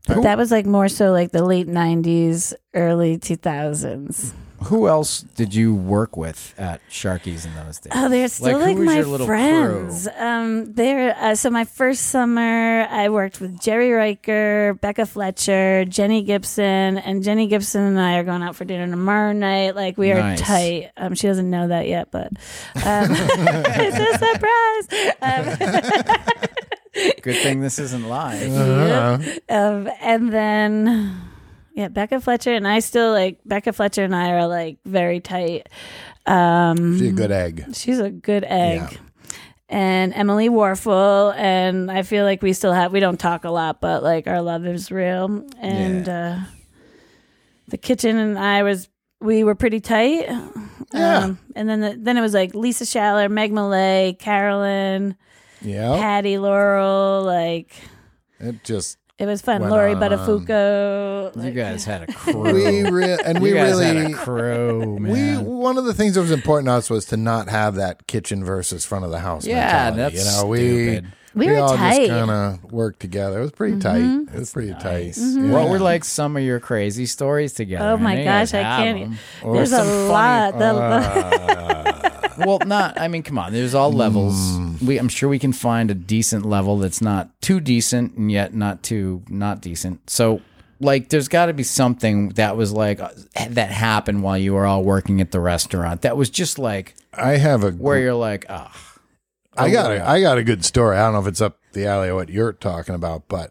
[SPEAKER 4] but that was like more so like the late '90s, early 2000s.
[SPEAKER 2] Who else did you work with at Sharky's in those days?
[SPEAKER 4] Oh, they're still
[SPEAKER 2] who
[SPEAKER 4] like,
[SPEAKER 2] was
[SPEAKER 4] my
[SPEAKER 2] your little
[SPEAKER 4] friends.
[SPEAKER 2] crew?
[SPEAKER 4] Um, they're uh, so my first summer, I worked with Jerry Riker, Becca Fletcher, Jenny Gibson, and Jenny Gibson and I are going out for dinner tomorrow night. Like we are
[SPEAKER 2] Nice.
[SPEAKER 4] tight. Um, she doesn't know that yet, but um, it's a surprise. Um,
[SPEAKER 2] Good thing this isn't live.
[SPEAKER 4] um, and then. Yeah, Becca Fletcher and I still like Becca Fletcher and I are like very tight. Um,
[SPEAKER 2] Mm-hmm.
[SPEAKER 1] Be a good egg.
[SPEAKER 4] She's a good egg. And Emily Warfel and I feel like we still have we don't talk a lot, but like our love is real. And uh the kitchen and I was we were pretty tight. Um,
[SPEAKER 1] Yeah.
[SPEAKER 4] and then the, then it was like Lisa Schaller, Meg Malay, Carolyn,
[SPEAKER 2] Oh.
[SPEAKER 1] Yeah,
[SPEAKER 4] Patty Laurel, like
[SPEAKER 1] it just
[SPEAKER 4] it was fun.
[SPEAKER 1] Went
[SPEAKER 4] Lori
[SPEAKER 1] on.
[SPEAKER 4] Buttafuoco.
[SPEAKER 2] um, You
[SPEAKER 4] like-
[SPEAKER 2] guys had a crew.
[SPEAKER 1] we re- and we
[SPEAKER 2] you guys had
[SPEAKER 1] really
[SPEAKER 2] a crew,
[SPEAKER 1] we
[SPEAKER 2] man.
[SPEAKER 1] one of the things that was important to us was to not have that kitchen versus front of the house.
[SPEAKER 2] yeah,
[SPEAKER 1] mentality.
[SPEAKER 2] that's
[SPEAKER 1] you know we
[SPEAKER 2] stupid.
[SPEAKER 4] We were
[SPEAKER 1] all
[SPEAKER 4] tight. Mm-hmm.
[SPEAKER 1] just kind of worked together. It was pretty tight. It was pretty tight. Yeah.
[SPEAKER 2] What were like some of your crazy stories together?
[SPEAKER 4] Oh my
[SPEAKER 2] know you
[SPEAKER 4] gosh,
[SPEAKER 2] guys
[SPEAKER 4] I
[SPEAKER 2] have
[SPEAKER 4] can't. e-,
[SPEAKER 2] them.
[SPEAKER 4] There's a
[SPEAKER 2] some funny- uh,
[SPEAKER 4] lot. The- the-
[SPEAKER 2] well, not. I mean, come on. There's all levels. We, I'm sure we can find a decent level that's not too decent and yet not too not decent. So, like, there's got to be something that was like uh, that happened while you were all working at the restaurant. That was just like
[SPEAKER 1] I have a
[SPEAKER 2] where you're like, ah,
[SPEAKER 1] I got a, I got a good story. I don't know if it's up the alley or what you're talking about, but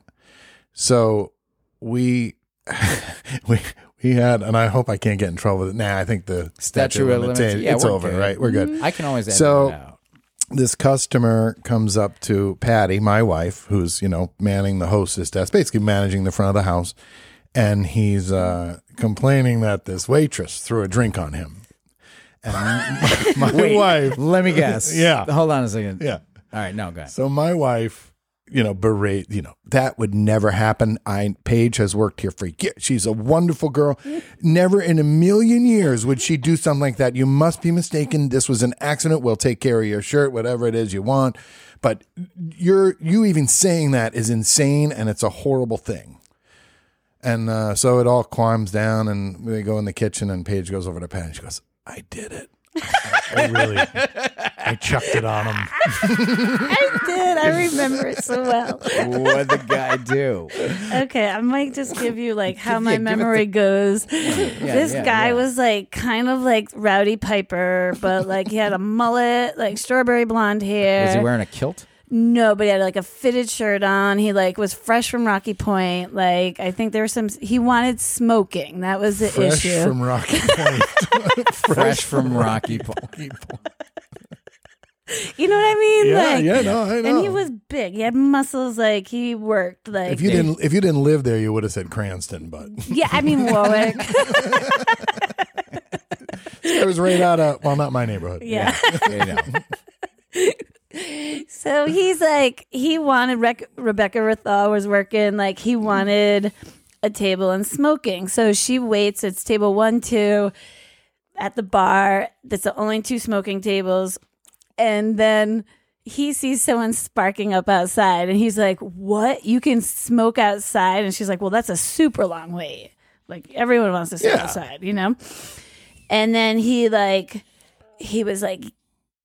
[SPEAKER 1] so we we He had, and I hope I can't get in trouble with it. Nah, I think the statute, of limita-
[SPEAKER 2] Yeah,
[SPEAKER 1] it's
[SPEAKER 2] we're
[SPEAKER 1] over,
[SPEAKER 2] good. Mm-hmm.
[SPEAKER 1] right? We're good.
[SPEAKER 2] I can always edit
[SPEAKER 1] So-
[SPEAKER 2] it out.
[SPEAKER 1] this customer comes up to Patty, my wife, who's you know manning the hostess desk, basically managing the front of the house, and he's uh, complaining that this waitress threw a drink on him. And my wife,
[SPEAKER 2] Let me guess.
[SPEAKER 1] Yeah.
[SPEAKER 2] Hold on a second.
[SPEAKER 1] yeah.
[SPEAKER 2] All right. No, go ahead.
[SPEAKER 1] So my wife, you know, berate, you know, that would never happen. I Paige has worked here for years. She's a wonderful girl. Never in a million years would she do something like that. You must be mistaken. This was an accident. We'll take care of your shirt, whatever it is you want. But you're you even saying that is insane and it's a horrible thing. And uh, so it all climbs down and they go in the kitchen and Paige goes over to Pat and she goes, I did it. I really I chucked it on him.
[SPEAKER 4] I did. I remember it so well.
[SPEAKER 2] what the guy do?
[SPEAKER 4] Okay, I might just give you like how my
[SPEAKER 2] yeah, give it
[SPEAKER 4] memory goes. this
[SPEAKER 2] yeah,
[SPEAKER 4] guy
[SPEAKER 2] yeah.
[SPEAKER 4] was like kind of like Rowdy Piper, but like he had a mullet, like strawberry blonde hair.
[SPEAKER 2] Was he wearing a kilt?
[SPEAKER 4] No, but he had like a fitted shirt on. He like was fresh from Rocky Point. Like I think there was some. He wanted smoking. That was the
[SPEAKER 1] fresh
[SPEAKER 4] issue.
[SPEAKER 1] from Rocky Point.
[SPEAKER 2] Fresh from Rocky Point.
[SPEAKER 4] you know what I mean?
[SPEAKER 1] yeah,
[SPEAKER 4] like,
[SPEAKER 1] yeah, no, I know.
[SPEAKER 4] And he was big. He had muscles. Like he worked. Like
[SPEAKER 1] If you didn't, if you didn't live there, you would have said Cranston, but
[SPEAKER 4] yeah, I mean Warwick.
[SPEAKER 1] it was right out of well, not my neighborhood.
[SPEAKER 4] yeah.
[SPEAKER 2] You know.
[SPEAKER 4] So he's like, he wanted Rec- Rebecca Rathal was working, like, he wanted a table and smoking. So she waits, it's table one, two at the bar. That's the only two smoking tables. And then he sees someone sparking up outside and he's like, What? You can smoke outside? And she's like, Well, that's a super long wait. Like, everyone wants to smoke
[SPEAKER 1] Yeah.
[SPEAKER 4] outside, you know? And then he, like, he was like,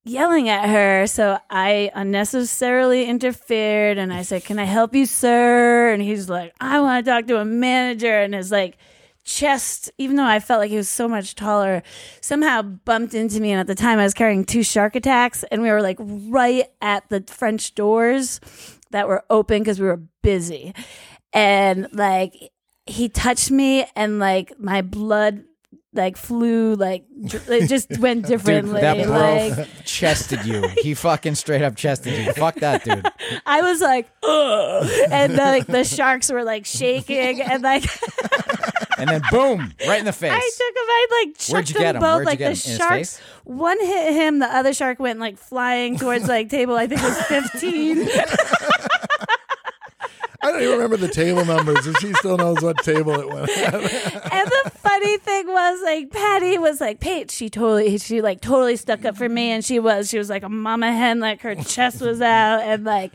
[SPEAKER 4] yelling at her. So I unnecessarily interfered and I said, Can I help you, sir? And he's like, I want to talk to a manager. And his like chest, even though I felt like he was so much taller, somehow bumped into me. And at the time I was carrying two shark attacks and we were like right at the French doors that were open because we were busy. And like he touched me and like my blood like flew like dr- it just went
[SPEAKER 2] Dude,
[SPEAKER 4] differently
[SPEAKER 2] that bro
[SPEAKER 4] like
[SPEAKER 2] chested you. He fucking straight up chested you. Fuck that dude.
[SPEAKER 4] I was like, Ugh. and like the sharks were like shaking, and like
[SPEAKER 2] And then boom, right in the face.
[SPEAKER 4] I took him, I like
[SPEAKER 2] Where'd
[SPEAKER 4] chucked
[SPEAKER 2] you
[SPEAKER 4] them
[SPEAKER 2] get him?
[SPEAKER 4] both.
[SPEAKER 2] Where'd you
[SPEAKER 4] like
[SPEAKER 2] get
[SPEAKER 4] the
[SPEAKER 2] him? In his
[SPEAKER 4] sharks,
[SPEAKER 2] face?
[SPEAKER 4] one hit him, the other shark went like flying towards like table. I think it was fifteen.
[SPEAKER 1] I don't even remember the table numbers, and she still knows what table it went. At.
[SPEAKER 4] and the funny thing was like Patty was like Paige she totally she like totally stuck up for me and she was she was like a mama hen like her chest was out and like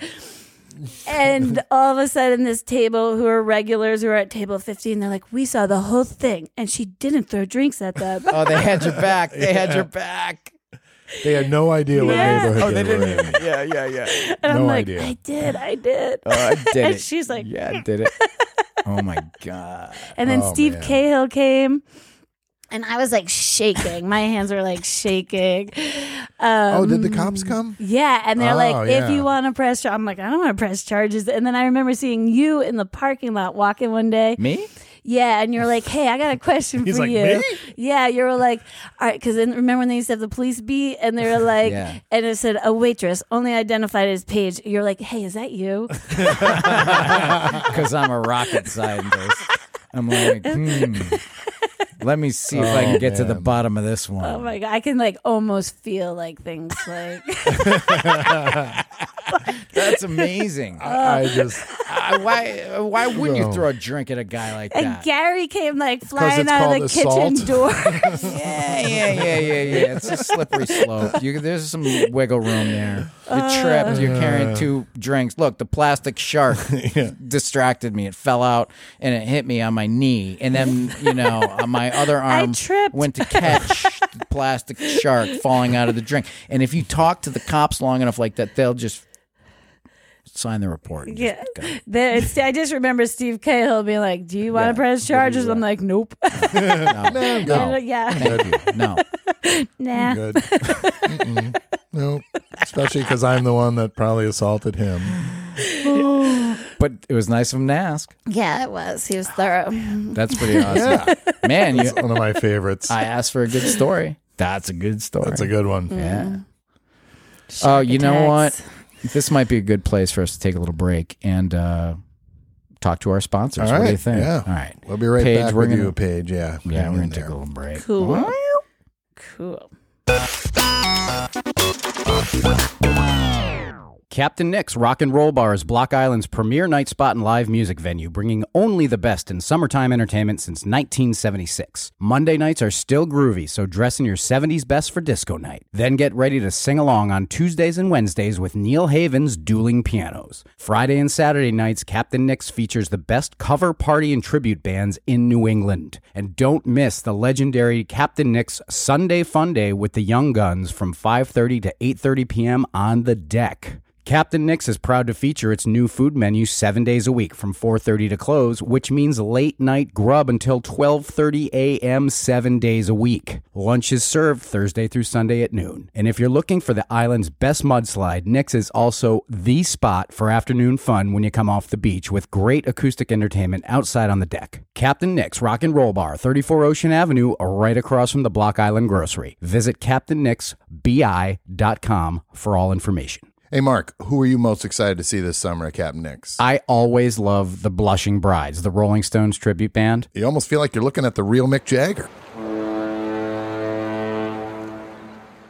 [SPEAKER 4] and all of a sudden this table who are regulars who are at table 15 they're like we saw the whole thing and she didn't throw drinks at them
[SPEAKER 1] Uh,
[SPEAKER 2] Oh, they had your back. They had your back.
[SPEAKER 1] They had no idea what
[SPEAKER 4] Yeah.
[SPEAKER 1] neighborhood
[SPEAKER 2] Oh, they
[SPEAKER 1] were
[SPEAKER 2] didn't.
[SPEAKER 1] in.
[SPEAKER 2] Yeah, yeah, yeah.
[SPEAKER 4] and I'm
[SPEAKER 1] no
[SPEAKER 4] like
[SPEAKER 1] idea. Uh,
[SPEAKER 4] I did I did
[SPEAKER 2] Oh, I did
[SPEAKER 4] And
[SPEAKER 2] it.
[SPEAKER 4] she's like- "Hm."
[SPEAKER 2] yeah, I did it. Oh my god.
[SPEAKER 4] and then
[SPEAKER 1] Oh,
[SPEAKER 4] Steve
[SPEAKER 1] man.
[SPEAKER 4] Cahill came and I was like shaking my hands were like shaking um,
[SPEAKER 1] Oh, did the cops come?
[SPEAKER 4] Yeah, and they're
[SPEAKER 1] Oh,
[SPEAKER 4] like,
[SPEAKER 1] yeah.
[SPEAKER 4] if you want to press, char-" I'm like, I don't want to press charges. And then I remember seeing you in the parking lot walking one day.
[SPEAKER 2] Me?
[SPEAKER 4] Yeah, and you're like, hey, I got a question
[SPEAKER 1] He's
[SPEAKER 4] for
[SPEAKER 1] like,
[SPEAKER 4] you.
[SPEAKER 1] "Me?"
[SPEAKER 4] Yeah, you were like, all right, because remember when they used to have the police beat and they were like,
[SPEAKER 2] Yeah.
[SPEAKER 4] and it said a waitress only identified as Paige. You're like, hey, is that you?
[SPEAKER 2] Because I'm a rocket scientist. I'm like, hmm. Let me see if I
[SPEAKER 1] Oh,
[SPEAKER 2] can get to the
[SPEAKER 1] man.
[SPEAKER 2] bottom of this one.
[SPEAKER 4] oh my god, I can like almost feel like things like
[SPEAKER 2] That's amazing.
[SPEAKER 4] uh,
[SPEAKER 1] I, I just
[SPEAKER 2] I, why? Why wouldn't
[SPEAKER 1] No.
[SPEAKER 2] you throw a drink at a guy like
[SPEAKER 4] and
[SPEAKER 2] that?
[SPEAKER 4] Gary came like flying
[SPEAKER 1] it's
[SPEAKER 4] out of the
[SPEAKER 1] called assault.
[SPEAKER 4] kitchen door.
[SPEAKER 2] yeah, yeah, yeah, yeah, yeah. It's a slippery slope. You, there's some wiggle room there. You're tripped. Uh, You're carrying two drinks. Look, the plastic shark distracted me. It fell out and it hit me on my knee, and then you know on my other arm
[SPEAKER 4] tripped.
[SPEAKER 2] went to catch the plastic shark falling out of the drink. And if you talk to the cops long enough like that, they'll just sign the report. and just
[SPEAKER 4] Yeah.
[SPEAKER 2] go.
[SPEAKER 4] The- it's- I just remember Steve Cahill being like, "Do you want to
[SPEAKER 2] Yeah,
[SPEAKER 4] press charges?" I'm like, "Nope."
[SPEAKER 1] man,
[SPEAKER 2] No.
[SPEAKER 4] yeah,
[SPEAKER 2] Thank you. No.
[SPEAKER 4] nah.
[SPEAKER 1] good. Mm-mm. No, especially because I'm the one that probably assaulted him.
[SPEAKER 2] but it was nice of him to ask.
[SPEAKER 4] Yeah, it was. He was thorough.
[SPEAKER 2] That's pretty awesome.
[SPEAKER 1] Yeah.
[SPEAKER 2] Man, you,
[SPEAKER 1] One of my favorites.
[SPEAKER 2] I asked for a good story. That's a good story.
[SPEAKER 1] That's a good one.
[SPEAKER 2] Yeah. Oh, you know
[SPEAKER 4] attacks.
[SPEAKER 2] what? This might be a good place for us to take a little break and uh, talk to our sponsors.
[SPEAKER 1] All
[SPEAKER 2] what do you
[SPEAKER 1] right,
[SPEAKER 2] think?
[SPEAKER 1] yeah.
[SPEAKER 2] All right.
[SPEAKER 1] We'll be right
[SPEAKER 2] Paige,
[SPEAKER 1] back
[SPEAKER 2] we're
[SPEAKER 1] with
[SPEAKER 2] gonna-
[SPEAKER 1] you, Paige. Yeah.
[SPEAKER 2] Yeah,
[SPEAKER 1] hang
[SPEAKER 2] we're
[SPEAKER 1] in
[SPEAKER 2] going to take
[SPEAKER 1] there.
[SPEAKER 2] a little break.
[SPEAKER 4] Cool. Cool.
[SPEAKER 2] Captain Nick's Rock and Roll Bar is Block Island's premier night spot and live music venue, bringing only the best in summertime entertainment since 1976. Monday nights are still groovy, so dress in your 70s best for disco night. Then get ready to sing along on Tuesdays and Wednesdays with Neil Haven's Dueling Pianos. Friday and Saturday nights, Captain Nick's features the best cover party and tribute bands in New England. And don't miss the legendary Captain Nick's Sunday Fun Day with the Young Guns from 5.30 to 8.30 p.m. on the deck. Captain Nick's is proud to feature its new food menu 7 days a week from 4:30 to close, which means late night grub until 12:30 a.m. 7 days a week. Lunch is served Thursday through Sunday at noon. And if you're looking for the island's best mudslide, Nick's is also the spot for afternoon fun when you come off the beach with great acoustic entertainment outside on the deck. Captain Nick's Rock and Roll Bar, 34 Ocean Avenue, right across from the Block Island Grocery. Visit captainnicksbi.com for all information.
[SPEAKER 1] Hey, Mark, who are you most excited to see this summer at Cap Nick's?
[SPEAKER 2] I always love the Blushing Brides, the Rolling Stones tribute band.
[SPEAKER 1] you almost feel like you're looking at the real Mick Jagger.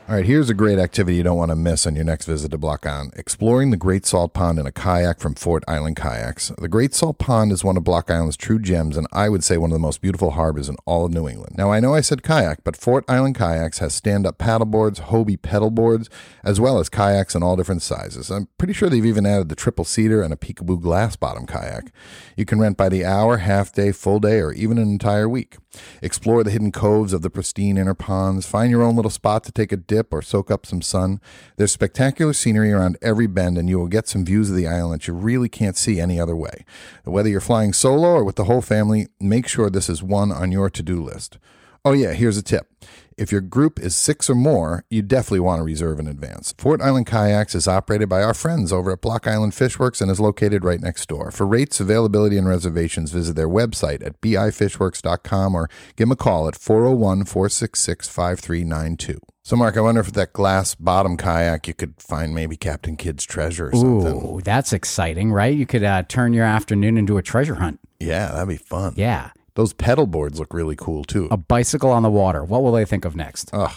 [SPEAKER 1] All right, here's a great activity you don't want to miss on your next visit to Block Island exploring the Great Salt Pond in a kayak from Fort Island Kayaks. The Great Salt Pond is one of Block Island's true gems, and I would say one of the most beautiful harbors in all of New England. Now, I know I said kayak, but Fort Island Kayaks has stand up paddleboards, Hobie pedal boards, as well as kayaks in all different sizes. I'm pretty sure they've even added the triple seater and a peekaboo glass bottom kayak. You can rent by the hour, half day, full day, or even an entire week. Explore the hidden coves of the pristine inner ponds. Find your own little spot to take a dip or soak up some sun. There's spectacular scenery around every bend, and you will get some views of the island that you really can't see any other way. Whether you're flying solo or with the whole family, make sure this is one on your to do list. Oh, yeah, here's a tip. If your group is six or more, you definitely want to reserve in advance. Fort Island Kayaks is operated by our friends over at Block Island Fishworks and is located right next door. For rates, availability, and reservations, visit their website at bifishworks.com or give them a call at 401 466 5392. So, Mark, I wonder if that glass bottom kayak you could find maybe Captain Kidd's treasure or something.
[SPEAKER 2] Ooh, that's exciting, right? You could uh, turn your afternoon into a treasure hunt.
[SPEAKER 1] Yeah, that'd be fun.
[SPEAKER 2] Yeah.
[SPEAKER 1] Those pedal boards look really cool too.
[SPEAKER 2] A bicycle on the water. What will they think of next?
[SPEAKER 1] Ugh,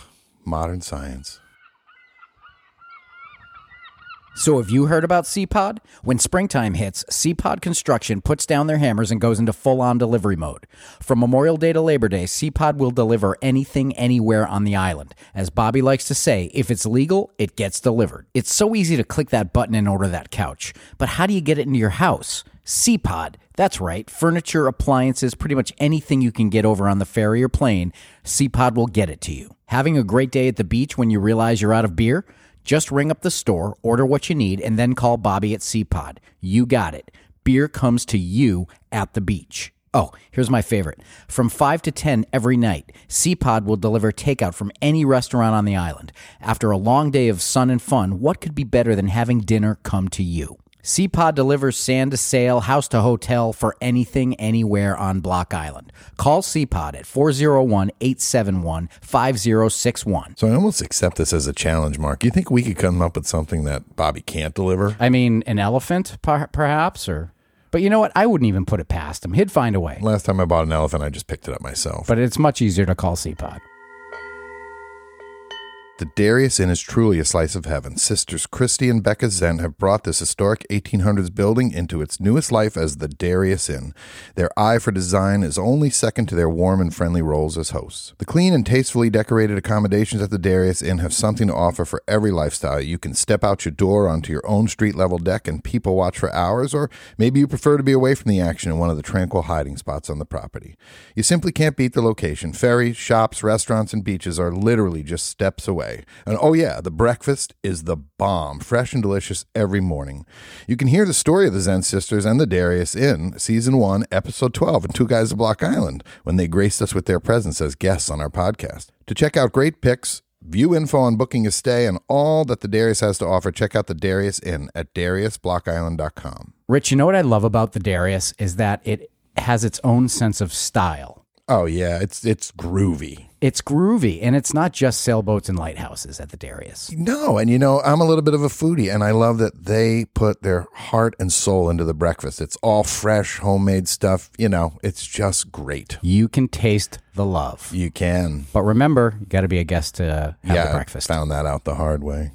[SPEAKER 1] modern science.
[SPEAKER 2] So, have you heard about CPOD? When springtime hits, CPOD Construction puts down their hammers and goes into full on delivery mode. From Memorial Day to Labor Day, CPOD will deliver anything anywhere on the island. As Bobby likes to say, if it's legal, it gets delivered. It's so easy to click that button and order that couch. But how do you get it into your house? CPOD. That's right. Furniture, appliances, pretty much anything you can get over on the ferry or plane, CPOD will get it to you. Having a great day at the beach when you realize you're out of beer? Just ring up the store, order what you need, and then call Bobby at CPOD. You got it. Beer comes to you at the beach. Oh, here's my favorite. From 5 to 10 every night, CPOD will deliver takeout from any restaurant on the island. After a long day of sun and fun, what could be better than having dinner come to you? CPOD delivers sand to sail, house to hotel for anything, anywhere on Block Island. Call CPOD at 401 871 5061.
[SPEAKER 1] So I almost accept this as a challenge, Mark. You think we could come up with something that Bobby can't deliver?
[SPEAKER 2] I mean, an elephant, per- perhaps, or. But you know what? I wouldn't even put it past him. He'd find a way.
[SPEAKER 1] Last time I bought an elephant, I just picked it up myself.
[SPEAKER 2] But it's much easier to call CPOD.
[SPEAKER 1] The Darius Inn is truly a slice of heaven. Sisters Christy and Becca Zen have brought this historic 1800s building into its newest life as the Darius Inn. Their eye for design is only second to their warm and friendly roles as hosts. The clean and tastefully decorated accommodations at the Darius Inn have something to offer for every lifestyle. You can step out your door onto your own street level deck and people watch for hours, or maybe you prefer to be away from the action in one of the tranquil hiding spots on the property. You simply can't beat the location. Ferries, shops, restaurants, and beaches are literally just steps away. And oh, yeah, the breakfast is the bomb, fresh and delicious every morning. You can hear the story of the Zen Sisters and the Darius in Season 1, Episode 12, and Two Guys to Block Island when they graced us with their presence as guests on our podcast. To check out great pics, View info on booking a stay and all that the Darius has to offer. Check out the Darius Inn at dariusblockisland.com.
[SPEAKER 2] Rich, you know what I love about the Darius is that it has its own sense of style.
[SPEAKER 1] Oh yeah, it's it's groovy.
[SPEAKER 2] It's groovy, and it's not just sailboats and lighthouses at the Darius.
[SPEAKER 1] No, and you know, I'm a little bit of a foodie and I love that they put their heart and soul into the breakfast. It's all fresh, homemade stuff, you know, it's just great.
[SPEAKER 2] You can taste the love.
[SPEAKER 1] You can.
[SPEAKER 2] But remember, you got to be a guest to have
[SPEAKER 1] yeah,
[SPEAKER 2] the breakfast.
[SPEAKER 1] found that out the hard way.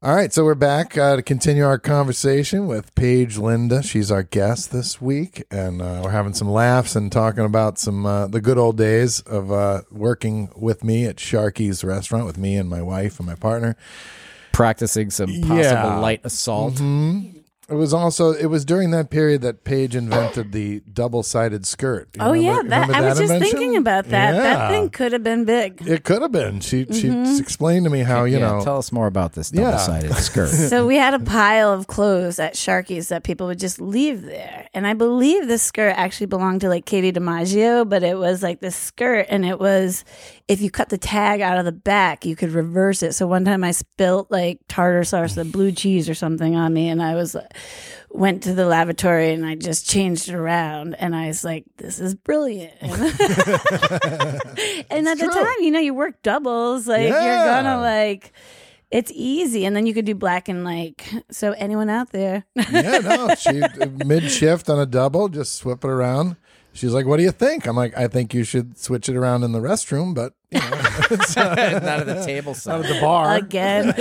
[SPEAKER 1] All right, so we're back uh, to continue our conversation with Paige Linda. She's our guest this week, and uh, we're having some laughs and talking about some uh, the good old days of uh, working with me at Sharky's restaurant with me and my wife and my partner.
[SPEAKER 2] Practicing some possible
[SPEAKER 1] Yeah. Mm-hmm.
[SPEAKER 2] light assault.
[SPEAKER 1] It was also it was during that period that Paige invented the double sided skirt. You
[SPEAKER 4] Oh
[SPEAKER 1] remember-
[SPEAKER 4] yeah, that,
[SPEAKER 1] remember
[SPEAKER 4] I was just
[SPEAKER 1] invention?
[SPEAKER 4] thinking about that. That
[SPEAKER 1] Yeah.
[SPEAKER 4] thing could have been big.
[SPEAKER 1] It could have been. She she explained to me how you
[SPEAKER 2] Yeah,
[SPEAKER 1] know
[SPEAKER 2] tell us more about this double-sided skirt.
[SPEAKER 4] So we had a pile of clothes at Sharky's that people would just leave there. And I believe this skirt actually belonged to like Katie DiMaggio, but it was like this skirt and it was if you cut the tag out of the back, you could reverse it. So one time I spilt like tartar sauce, the blue cheese or something on me and I was like went to the lavatory and I just changed it around and I was like, This is brilliant. and at the
[SPEAKER 1] true.
[SPEAKER 4] time, you know, you work doubles, like
[SPEAKER 1] Yeah.
[SPEAKER 4] you're gonna like it's easy, and then you could do black and like. So anyone out there?
[SPEAKER 1] yeah, no. She mid shift on a double, just swip it around. She's like, "What do you think?" I'm like, "I think you should switch it around in the restroom, but you know,
[SPEAKER 2] Not at the table side.
[SPEAKER 1] the bar."
[SPEAKER 4] Again,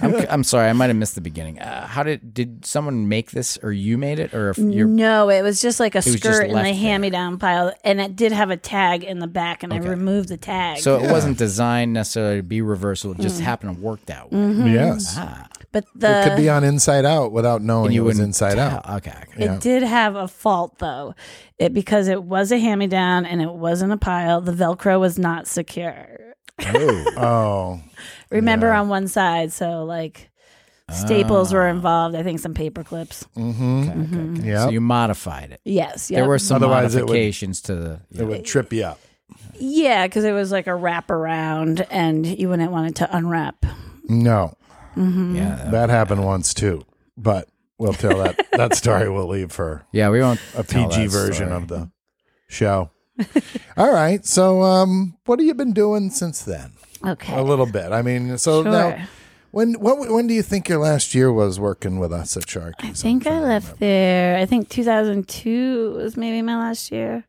[SPEAKER 2] I'm, I'm sorry, I might have missed the beginning. Uh, how did did someone make this, or you made it, or if
[SPEAKER 4] Mm,
[SPEAKER 2] you're
[SPEAKER 4] no, it was just like a
[SPEAKER 2] just
[SPEAKER 4] skirt in
[SPEAKER 2] left
[SPEAKER 4] the
[SPEAKER 2] there.
[SPEAKER 4] hand-me-down pile, and it did have a tag in the back, and I removed the tag.
[SPEAKER 2] so it wasn't designed necessarily to be reversible. It
[SPEAKER 4] Mm.
[SPEAKER 2] just happened to work that way.
[SPEAKER 4] Mm-hmm.
[SPEAKER 2] Ah,
[SPEAKER 1] yes,
[SPEAKER 4] but
[SPEAKER 1] it
[SPEAKER 4] the
[SPEAKER 1] could be on Inside Out without knowing
[SPEAKER 2] You
[SPEAKER 1] it was
[SPEAKER 2] wouldn't
[SPEAKER 1] Inside
[SPEAKER 2] tell.
[SPEAKER 1] Out.
[SPEAKER 2] Okay. okay.
[SPEAKER 4] It did have a fault though, it because it was a hand me down and it wasn't a pile. The Velcro was not secure.
[SPEAKER 1] Oh,
[SPEAKER 4] Remember on one side, so like staples
[SPEAKER 2] Ah.
[SPEAKER 4] were involved. I think some paper clips. Mm-hmm.
[SPEAKER 1] yeah.
[SPEAKER 2] So you modified it.
[SPEAKER 4] Yes,
[SPEAKER 2] There
[SPEAKER 4] yep.
[SPEAKER 2] were some
[SPEAKER 1] Otherwise it would-
[SPEAKER 2] modifications to the.
[SPEAKER 1] it would trip you up.
[SPEAKER 4] yeah because it was like a wraparound and you wouldn't want it to unwrap.
[SPEAKER 1] No,
[SPEAKER 4] Mm-hmm.
[SPEAKER 2] Yeah, that-
[SPEAKER 1] that happened once too, but we'll tell that that story. We'll leave for
[SPEAKER 2] yeah, we won't
[SPEAKER 1] a
[SPEAKER 2] tell
[SPEAKER 1] PG
[SPEAKER 2] that
[SPEAKER 1] version
[SPEAKER 2] story.
[SPEAKER 1] of the show. All right, so um, what have you been doing since then?
[SPEAKER 4] Okay.
[SPEAKER 1] a little bit. I mean, so
[SPEAKER 4] Sure.
[SPEAKER 1] now, when what when do you think your last year was working with us at Shark?
[SPEAKER 4] I think I left there. I think 2002 was maybe my last year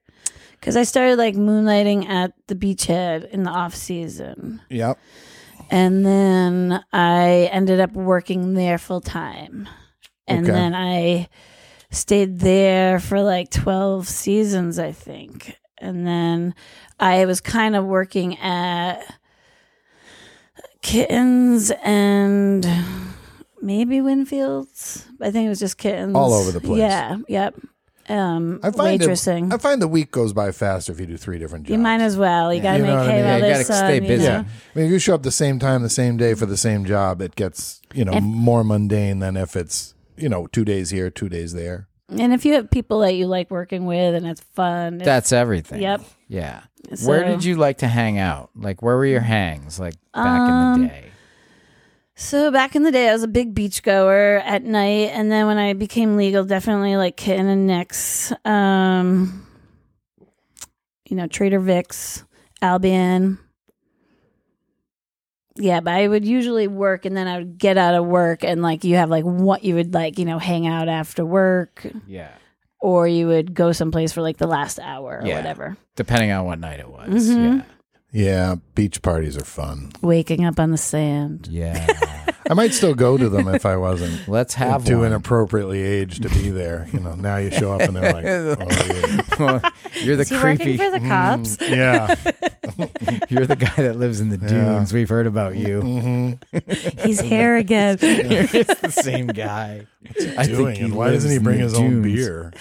[SPEAKER 4] because I started like moonlighting at the beachhead in the off season.
[SPEAKER 1] Yep.
[SPEAKER 4] And then I ended up working there full time. And
[SPEAKER 1] Okay.
[SPEAKER 4] then I stayed there for like 12 seasons, I think. And then I was kind of working at Kittens and maybe Winfield's. I think it was just Kittens.
[SPEAKER 1] All over the place.
[SPEAKER 4] Yeah. Yep. Um,
[SPEAKER 1] I find it-
[SPEAKER 4] waitressing.
[SPEAKER 1] I find the week goes by faster if you do three different jobs.
[SPEAKER 4] you might as well. You got to
[SPEAKER 1] You know
[SPEAKER 4] make
[SPEAKER 1] what I
[SPEAKER 4] hay
[SPEAKER 1] mean?
[SPEAKER 4] while
[SPEAKER 2] Yeah, you
[SPEAKER 4] there's
[SPEAKER 2] gotta stay
[SPEAKER 4] sun, you
[SPEAKER 2] busy.
[SPEAKER 4] know?
[SPEAKER 1] yeah. I mean, if you show up the same time, the same day for the same job, it gets you know more mundane than if it's you know two days here, two days there.
[SPEAKER 4] And if you have people that you like working with and it's fun, it's
[SPEAKER 2] That's everything.
[SPEAKER 4] Yep.
[SPEAKER 2] Yeah. where did
[SPEAKER 4] So-
[SPEAKER 2] you like to hang out? Like, where were your hangs? Like back in
[SPEAKER 4] Um,
[SPEAKER 2] the day.
[SPEAKER 4] So back in the day, I was a big beach goer at night, and then when I became legal, definitely like Kitten and Nick's, um, you know, Trader Vic's, Albion. Yeah, but I would usually work, and then I would get out of work, and like you have like what you would like, you know, hang out after work,
[SPEAKER 2] Yeah.
[SPEAKER 4] or you would go someplace for like the last hour or
[SPEAKER 2] Yeah.
[SPEAKER 4] whatever.
[SPEAKER 2] Depending on what night it was.
[SPEAKER 4] Mhm.
[SPEAKER 2] Yeah.
[SPEAKER 1] Yeah, beach parties are fun.
[SPEAKER 4] Waking up on the sand.
[SPEAKER 2] Yeah.
[SPEAKER 1] I might still go to them if I wasn't
[SPEAKER 2] Let's have
[SPEAKER 1] too
[SPEAKER 2] one.
[SPEAKER 1] inappropriately aged to be there. You know, now you show up and they're like, oh,
[SPEAKER 2] You're the
[SPEAKER 4] Is he
[SPEAKER 2] creepy.
[SPEAKER 4] working for the
[SPEAKER 1] Mm.
[SPEAKER 4] cops?
[SPEAKER 1] yeah. yeah.
[SPEAKER 2] You're the guy that lives in the dunes. We've heard about you.
[SPEAKER 1] Mm-hmm.
[SPEAKER 4] He's here again.
[SPEAKER 2] it's the same guy. I
[SPEAKER 1] doing? and why doesn't he
[SPEAKER 2] lives
[SPEAKER 1] bring
[SPEAKER 2] in the
[SPEAKER 1] his own
[SPEAKER 2] dunes.
[SPEAKER 1] beer?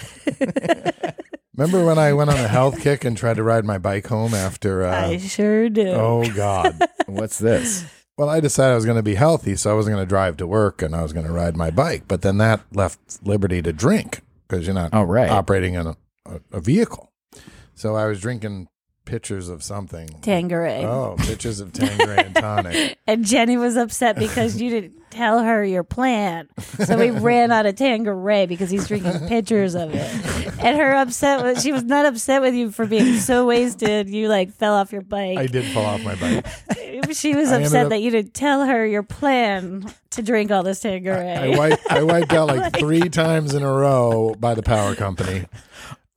[SPEAKER 1] Remember when I went on a health kick and tried to ride my bike home after?
[SPEAKER 4] I
[SPEAKER 1] Uh,
[SPEAKER 4] sure do.
[SPEAKER 1] oh God!
[SPEAKER 2] What's this?
[SPEAKER 1] Well, I decided I was going to be healthy, so I wasn't going to drive to work and I was going to ride my bike. But then that left liberty to drink because you're not
[SPEAKER 2] Oh, right.
[SPEAKER 1] operating in a, a, a vehicle. So I was drinking pitchers of something.
[SPEAKER 4] Tangeray.
[SPEAKER 1] Oh, pitchers of Tangeray and tonic.
[SPEAKER 4] And Jenny was upset because you didn't tell her your plan. So we ran out of Tangeray because he's drinking pictures of it. And her upset was she was not upset with you for being so wasted. You like fell off your
[SPEAKER 1] I
[SPEAKER 4] bike.
[SPEAKER 1] did fall off my bike.
[SPEAKER 4] she was
[SPEAKER 1] I ended
[SPEAKER 4] upset
[SPEAKER 1] up-
[SPEAKER 4] that you didn't tell her your plan to drink all this
[SPEAKER 1] I
[SPEAKER 4] Tangeray.
[SPEAKER 1] wiped, I wiped out like three times in a row by the power company.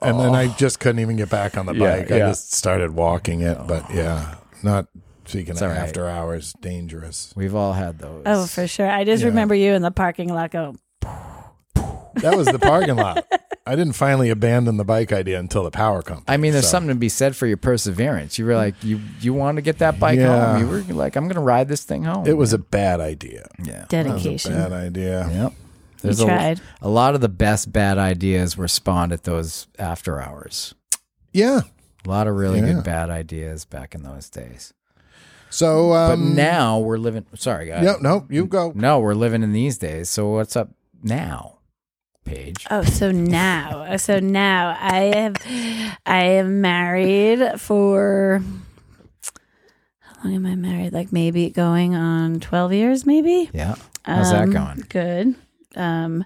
[SPEAKER 1] And then I just couldn't even get back on the
[SPEAKER 2] Yeah,
[SPEAKER 1] bike. I
[SPEAKER 2] yeah. Oh.
[SPEAKER 1] just started walking it. But yeah, not speaking of
[SPEAKER 2] all right.
[SPEAKER 1] after hours, dangerous.
[SPEAKER 2] We've all had those.
[SPEAKER 4] Oh, for sure. I just
[SPEAKER 1] Yeah.
[SPEAKER 4] remember you in the parking lot going,
[SPEAKER 1] That was the parking lot. I didn't finally abandon the bike idea until the power company.
[SPEAKER 2] I mean, there's
[SPEAKER 1] so-
[SPEAKER 2] something to be said for your perseverance. You were like, you you wanted to get that bike
[SPEAKER 1] Yeah.
[SPEAKER 2] home. You were like, I'm gonna ride this thing home.
[SPEAKER 1] It was a bad idea.
[SPEAKER 2] yeah.
[SPEAKER 4] dedication.
[SPEAKER 1] Bad idea.
[SPEAKER 2] Yep.
[SPEAKER 4] You
[SPEAKER 2] a,
[SPEAKER 4] tried.
[SPEAKER 2] a lot of the best bad ideas were spawned at those after hours.
[SPEAKER 1] Yeah.
[SPEAKER 2] A lot of really
[SPEAKER 1] Yeah.
[SPEAKER 2] good bad ideas back in those days.
[SPEAKER 1] So
[SPEAKER 2] But
[SPEAKER 1] um,
[SPEAKER 2] now we're living. Sorry, guys.
[SPEAKER 1] Yep. No, you go.
[SPEAKER 2] No, we're living in these days. So what's up now, Paige?
[SPEAKER 4] Oh, so now, uh, so now I have, I am married for how long am I married? Like maybe going on twelve years, maybe.
[SPEAKER 2] yeah. How's
[SPEAKER 4] Um,
[SPEAKER 2] that going?
[SPEAKER 4] Good. Um,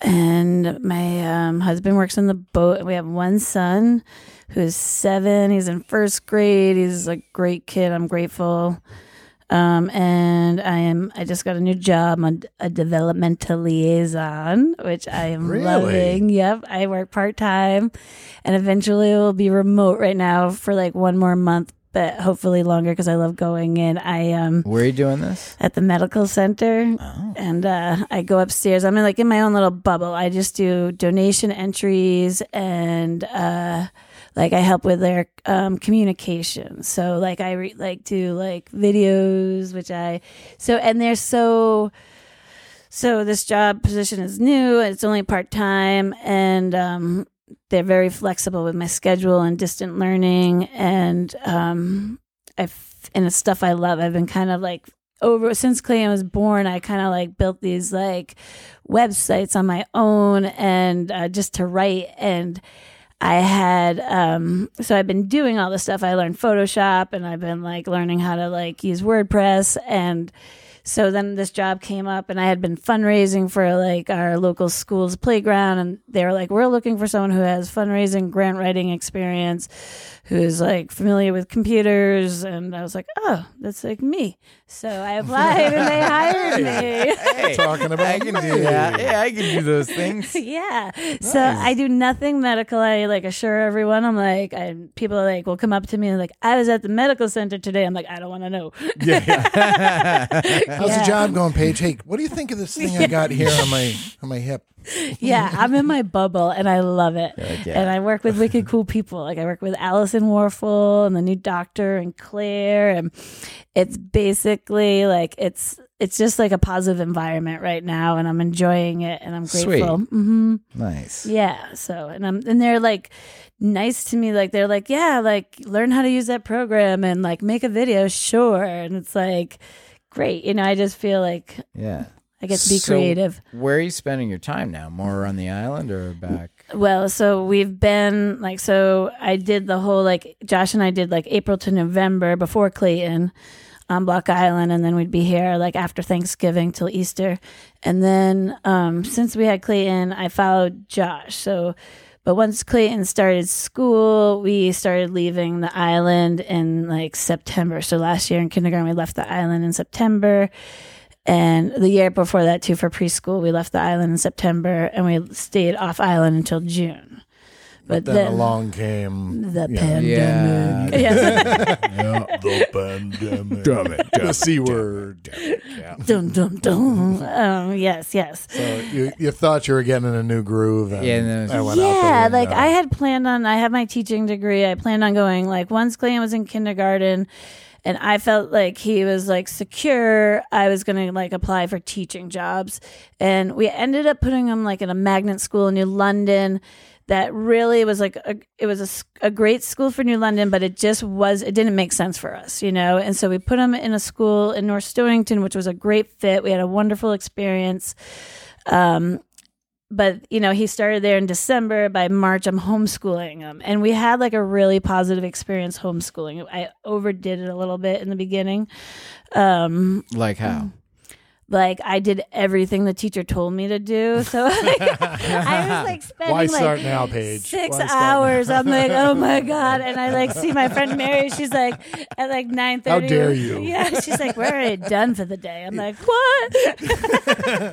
[SPEAKER 4] and my um, husband works on the boat. We have one son who's seven. He's in first grade. He's a great kid. I'm grateful. Um, and I am. I just got a new job. I'm a developmental liaison, which I am
[SPEAKER 1] Really?
[SPEAKER 4] loving. Yep, I work part time, and eventually it will be remote. Right now for like one more month, but hopefully longer because I love going in. I um
[SPEAKER 2] Where are you doing this?
[SPEAKER 4] at the medical center and uh, i go upstairs i'm in, like in my own little bubble i just do donation entries and uh, like i help with their um, communication so like i re- like do like videos which i so and they're so so this job position is new it's only part-time and um, they're very flexible with my schedule and distant learning and um, I f- and it's stuff I love. I've been kind of like over since Clayton was born. I kind of like built these like websites on my own and uh, just to write and. I had um so I've been doing all this stuff. I learned Photoshop and I've been like learning how to like use WordPress and so then this job came up and I had been fundraising for like our local school's playground and they were like we're looking for someone who has fundraising grant writing experience who's like familiar with computers and I was like oh that's like me. So I applied and they hired me.
[SPEAKER 1] Talking about
[SPEAKER 2] I can do that. Yeah, I can do those things.
[SPEAKER 4] yeah. So I do nothing medical. I like assure everyone. I'm like, I people are like will come up to me and like, I was at the medical center today. I'm like, I don't want to know.
[SPEAKER 1] How's
[SPEAKER 4] Yeah.
[SPEAKER 1] the job going, Paige? Hey, what do you think of this thing I got here on my on my hip?
[SPEAKER 4] yeah, I'm in my bubble and I love it.
[SPEAKER 2] yeah.
[SPEAKER 4] And I work with wicked cool people. Like I work with Allison Warfel and the new doctor and Claire and it's basically like it's it's just like a positive environment right now and I'm enjoying it and I'm
[SPEAKER 2] Sweet.
[SPEAKER 4] grateful. hmm
[SPEAKER 2] Nice.
[SPEAKER 4] Yeah. So, and I'm, and they're like nice to me. Like, they're like, yeah, like learn how to use that program and like make a video, sure. And it's like, great. You know, I just feel like
[SPEAKER 2] Yeah.
[SPEAKER 4] I get to be
[SPEAKER 2] So,
[SPEAKER 4] creative.
[SPEAKER 2] Where are you spending your time now? More on the island or back?
[SPEAKER 4] Well, so we've been like, so I did the whole like, Josh and I did like April to November before Clayton on Block Island. And then we'd be here like after Thanksgiving till Easter. And then um, since we had Clayton, I followed Josh. So, but once Clayton started school, we started leaving the island in like September. So last year in kindergarten, we left the island in September. And the year before that, too, for preschool, we left the island in September and we stayed off island until June. But
[SPEAKER 1] Then
[SPEAKER 4] then,
[SPEAKER 1] along came
[SPEAKER 4] the
[SPEAKER 1] yeah.
[SPEAKER 4] pandemic.
[SPEAKER 2] Yeah.
[SPEAKER 4] Yes.
[SPEAKER 1] the pandemic. the C word.
[SPEAKER 4] dun, dun, dun. Um, yes, yes.
[SPEAKER 1] So Uh, you, you thought you were getting in a new groove. And
[SPEAKER 2] Yeah, and then it was-
[SPEAKER 1] that went out uh, the
[SPEAKER 4] yeah like
[SPEAKER 1] window.
[SPEAKER 4] i had planned on i had my teaching degree i planned on going like once Glenn was in kindergarten and i felt like he was like secure i was gonna like apply for teaching jobs and we ended up putting him like in a magnet school in new london that really was like a, it was a s- a, great school for new london but it just was it didn't make sense for us you know and so we put him in a school in north stonington which was a great fit we had a wonderful experience um, but you know he started there in december by march i'm homeschooling him and we had like a really positive experience homeschooling i overdid it a little bit in the beginning um
[SPEAKER 2] Like how?
[SPEAKER 4] like i did everything the teacher told me to do so i was like spending
[SPEAKER 1] Why start
[SPEAKER 4] like
[SPEAKER 1] now, Paige?
[SPEAKER 4] six
[SPEAKER 1] Why start
[SPEAKER 4] hours i'm like oh my god and i like see my friend mary she's like at like 9 30
[SPEAKER 1] How dare you.
[SPEAKER 4] yeah she's like we're already done for the day i'm like what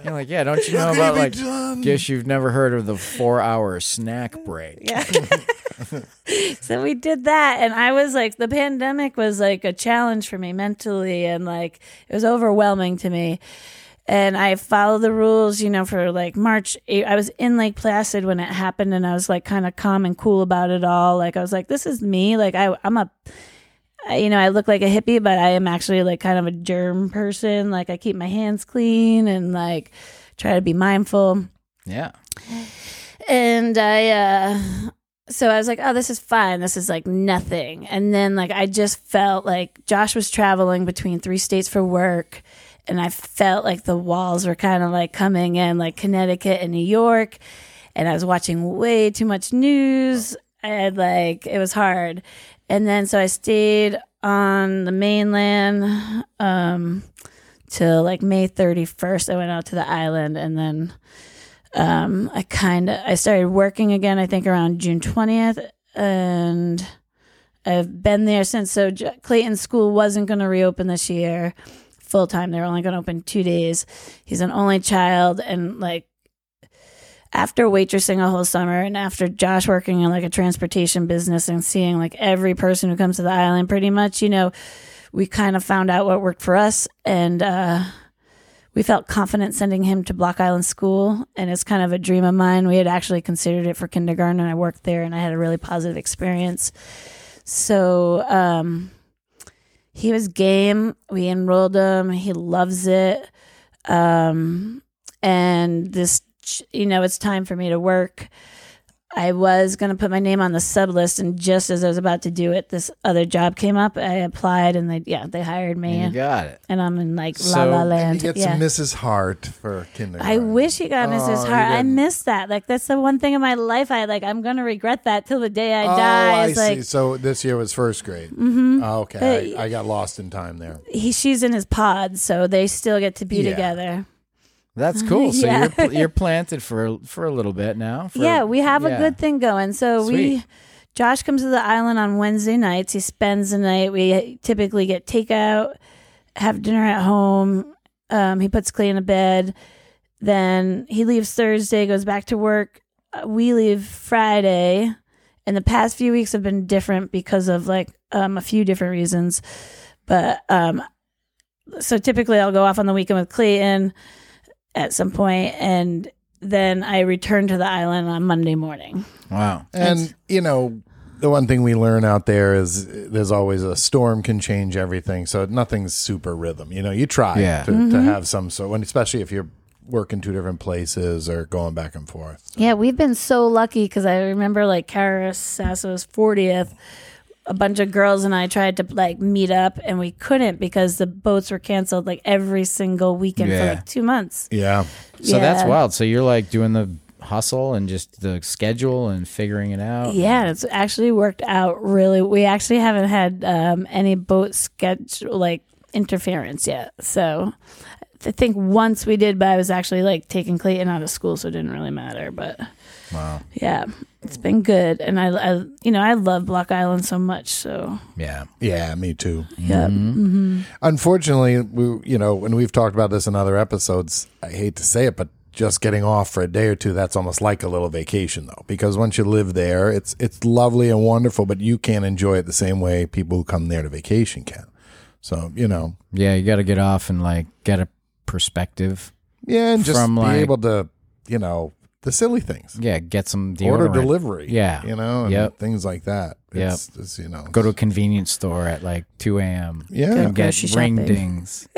[SPEAKER 2] You're like, yeah, don't you
[SPEAKER 1] gonna
[SPEAKER 2] know about
[SPEAKER 1] be
[SPEAKER 2] like?
[SPEAKER 1] done.
[SPEAKER 2] Guess you've never heard of the four-hour snack break.
[SPEAKER 4] Yeah. so we did that and I was like the pandemic was like a challenge for me mentally and like it was overwhelming to me. And I followed the rules, you know, for like March. eight- I was in Lake Placid when it happened and I was like kind of calm and cool about it all. Like I was like this is me. Like I I'm a I- you know, I look like a hippie, but I am actually like kind of a germ person. Like I keep my hands clean and like try to be mindful
[SPEAKER 2] Yeah.
[SPEAKER 4] and I uh so I was like, oh, this is fine. This is like nothing. And then like I just felt like Josh was traveling between three states for work and I felt like the walls were kind of like coming in like Connecticut and New York and I was watching way too much news and like it was hard. And then so I stayed on the mainland um till like May 31st. I went out to the island and then um, I kind of I started working again. I think around June twentieth, and I've been there since. So J- Clayton School wasn't going to reopen this year full time. They're only going to open two days. He's an only child, and like after waitressing a whole summer, and after Josh working in like a transportation business and seeing like every person who comes to the island, pretty much, you know, we kind of found out what worked for us, and. uh we felt confident sending him to Block Island School, and it's kind of a dream of mine. We had actually considered it for kindergarten, and I worked there, and I had a really positive experience. So um, he was game. We enrolled him. He loves it. Um, and this, you know, it's time for me to work. I was going to put my name on the sub list, and just as I was about to do it, this other job came up. I applied, and they, yeah, they hired me,
[SPEAKER 2] You
[SPEAKER 4] and,
[SPEAKER 2] got it.
[SPEAKER 4] I'm in like
[SPEAKER 2] So-
[SPEAKER 4] La La
[SPEAKER 1] And
[SPEAKER 4] Land.
[SPEAKER 1] he gets
[SPEAKER 4] yeah.
[SPEAKER 1] Mrs. Hart for kindergarten.
[SPEAKER 4] I wish he got Mrs.
[SPEAKER 1] Oh,
[SPEAKER 4] Hart.
[SPEAKER 1] you
[SPEAKER 4] I
[SPEAKER 1] didn't.
[SPEAKER 4] miss that. Like that's the one thing in my life I like. I'm gonna regret that till the day I
[SPEAKER 1] oh,
[SPEAKER 4] die.
[SPEAKER 1] I
[SPEAKER 4] It's like
[SPEAKER 1] see. So this year was first grade. Mm-hmm. Okay,
[SPEAKER 4] But-
[SPEAKER 1] I, I got lost in time there.
[SPEAKER 4] he, she's in his pod, so they still get to be
[SPEAKER 1] Yeah.
[SPEAKER 4] together.
[SPEAKER 2] That's cool. So
[SPEAKER 4] Uh, Yeah.
[SPEAKER 2] you're pl- you're planted for for a little bit now. for-
[SPEAKER 4] yeah, we have
[SPEAKER 2] yeah.
[SPEAKER 4] a good thing going. So we,
[SPEAKER 2] Sweet.
[SPEAKER 4] Josh comes to the island on Wednesday nights. He spends the night. We typically get takeout, have dinner at home. Um, he puts Clay in a bed. Then he leaves Thursday, goes back to work. Uh, We leave Friday. And the past few weeks have been different because of like um, a few different reasons. But um, so typically I'll go off on the weekend with Clayton at some point and then I return to the island on Monday morning.
[SPEAKER 2] Wow.
[SPEAKER 1] And you know, the one thing we learn out there is there's always a storm can change everything, so nothing's super rhythm. You know, you try
[SPEAKER 2] Yeah.
[SPEAKER 1] to, to have some sort, and especially if you're working two different places or going back and forth.
[SPEAKER 4] Yeah, we've been so lucky because I remember like Kara Sasso's 40th. A bunch of girls and I tried to like meet up and we couldn't because the boats were canceled like every single weekend for
[SPEAKER 2] Yeah.
[SPEAKER 4] like two months.
[SPEAKER 1] Yeah,
[SPEAKER 2] So that's
[SPEAKER 4] Yeah.
[SPEAKER 2] wild. So you're like doing the hustle and just the schedule and figuring it out.
[SPEAKER 4] Yeah, it's actually worked out really. We actually haven't had um, any boat schedule like interference yet. So I think once we did, but I was actually like taking Clayton out of school, so it didn't really matter. But
[SPEAKER 2] Wow.
[SPEAKER 4] yeah, it's been good, and I, I you know, I love Block Island so much. So
[SPEAKER 2] Yeah.
[SPEAKER 1] yeah, me too. Mm-hmm.
[SPEAKER 4] yeah,
[SPEAKER 1] Unfortunately, we you know, and we've talked about this in other episodes. I hate to say it, but just getting off for a day or two that's almost like a little vacation though because once you live there it's it's lovely and wonderful but you can't enjoy it the same way people who come there to vacation can so you know
[SPEAKER 2] Yeah. You got to get off and like get a perspective.
[SPEAKER 1] Yeah, and just
[SPEAKER 2] From,
[SPEAKER 1] be
[SPEAKER 2] like-
[SPEAKER 1] able to, you know, the silly things.
[SPEAKER 2] Yeah. Get some deodorant.
[SPEAKER 1] Order delivery.
[SPEAKER 2] Yeah.
[SPEAKER 1] You know, and
[SPEAKER 2] Yep.
[SPEAKER 1] things like that.
[SPEAKER 2] Yep.
[SPEAKER 1] It's, it's, you know,
[SPEAKER 2] Go to a convenience store at like 2 a.m.
[SPEAKER 1] Yeah.
[SPEAKER 2] And get
[SPEAKER 4] Grocery
[SPEAKER 2] ring
[SPEAKER 4] shopping.
[SPEAKER 2] dings.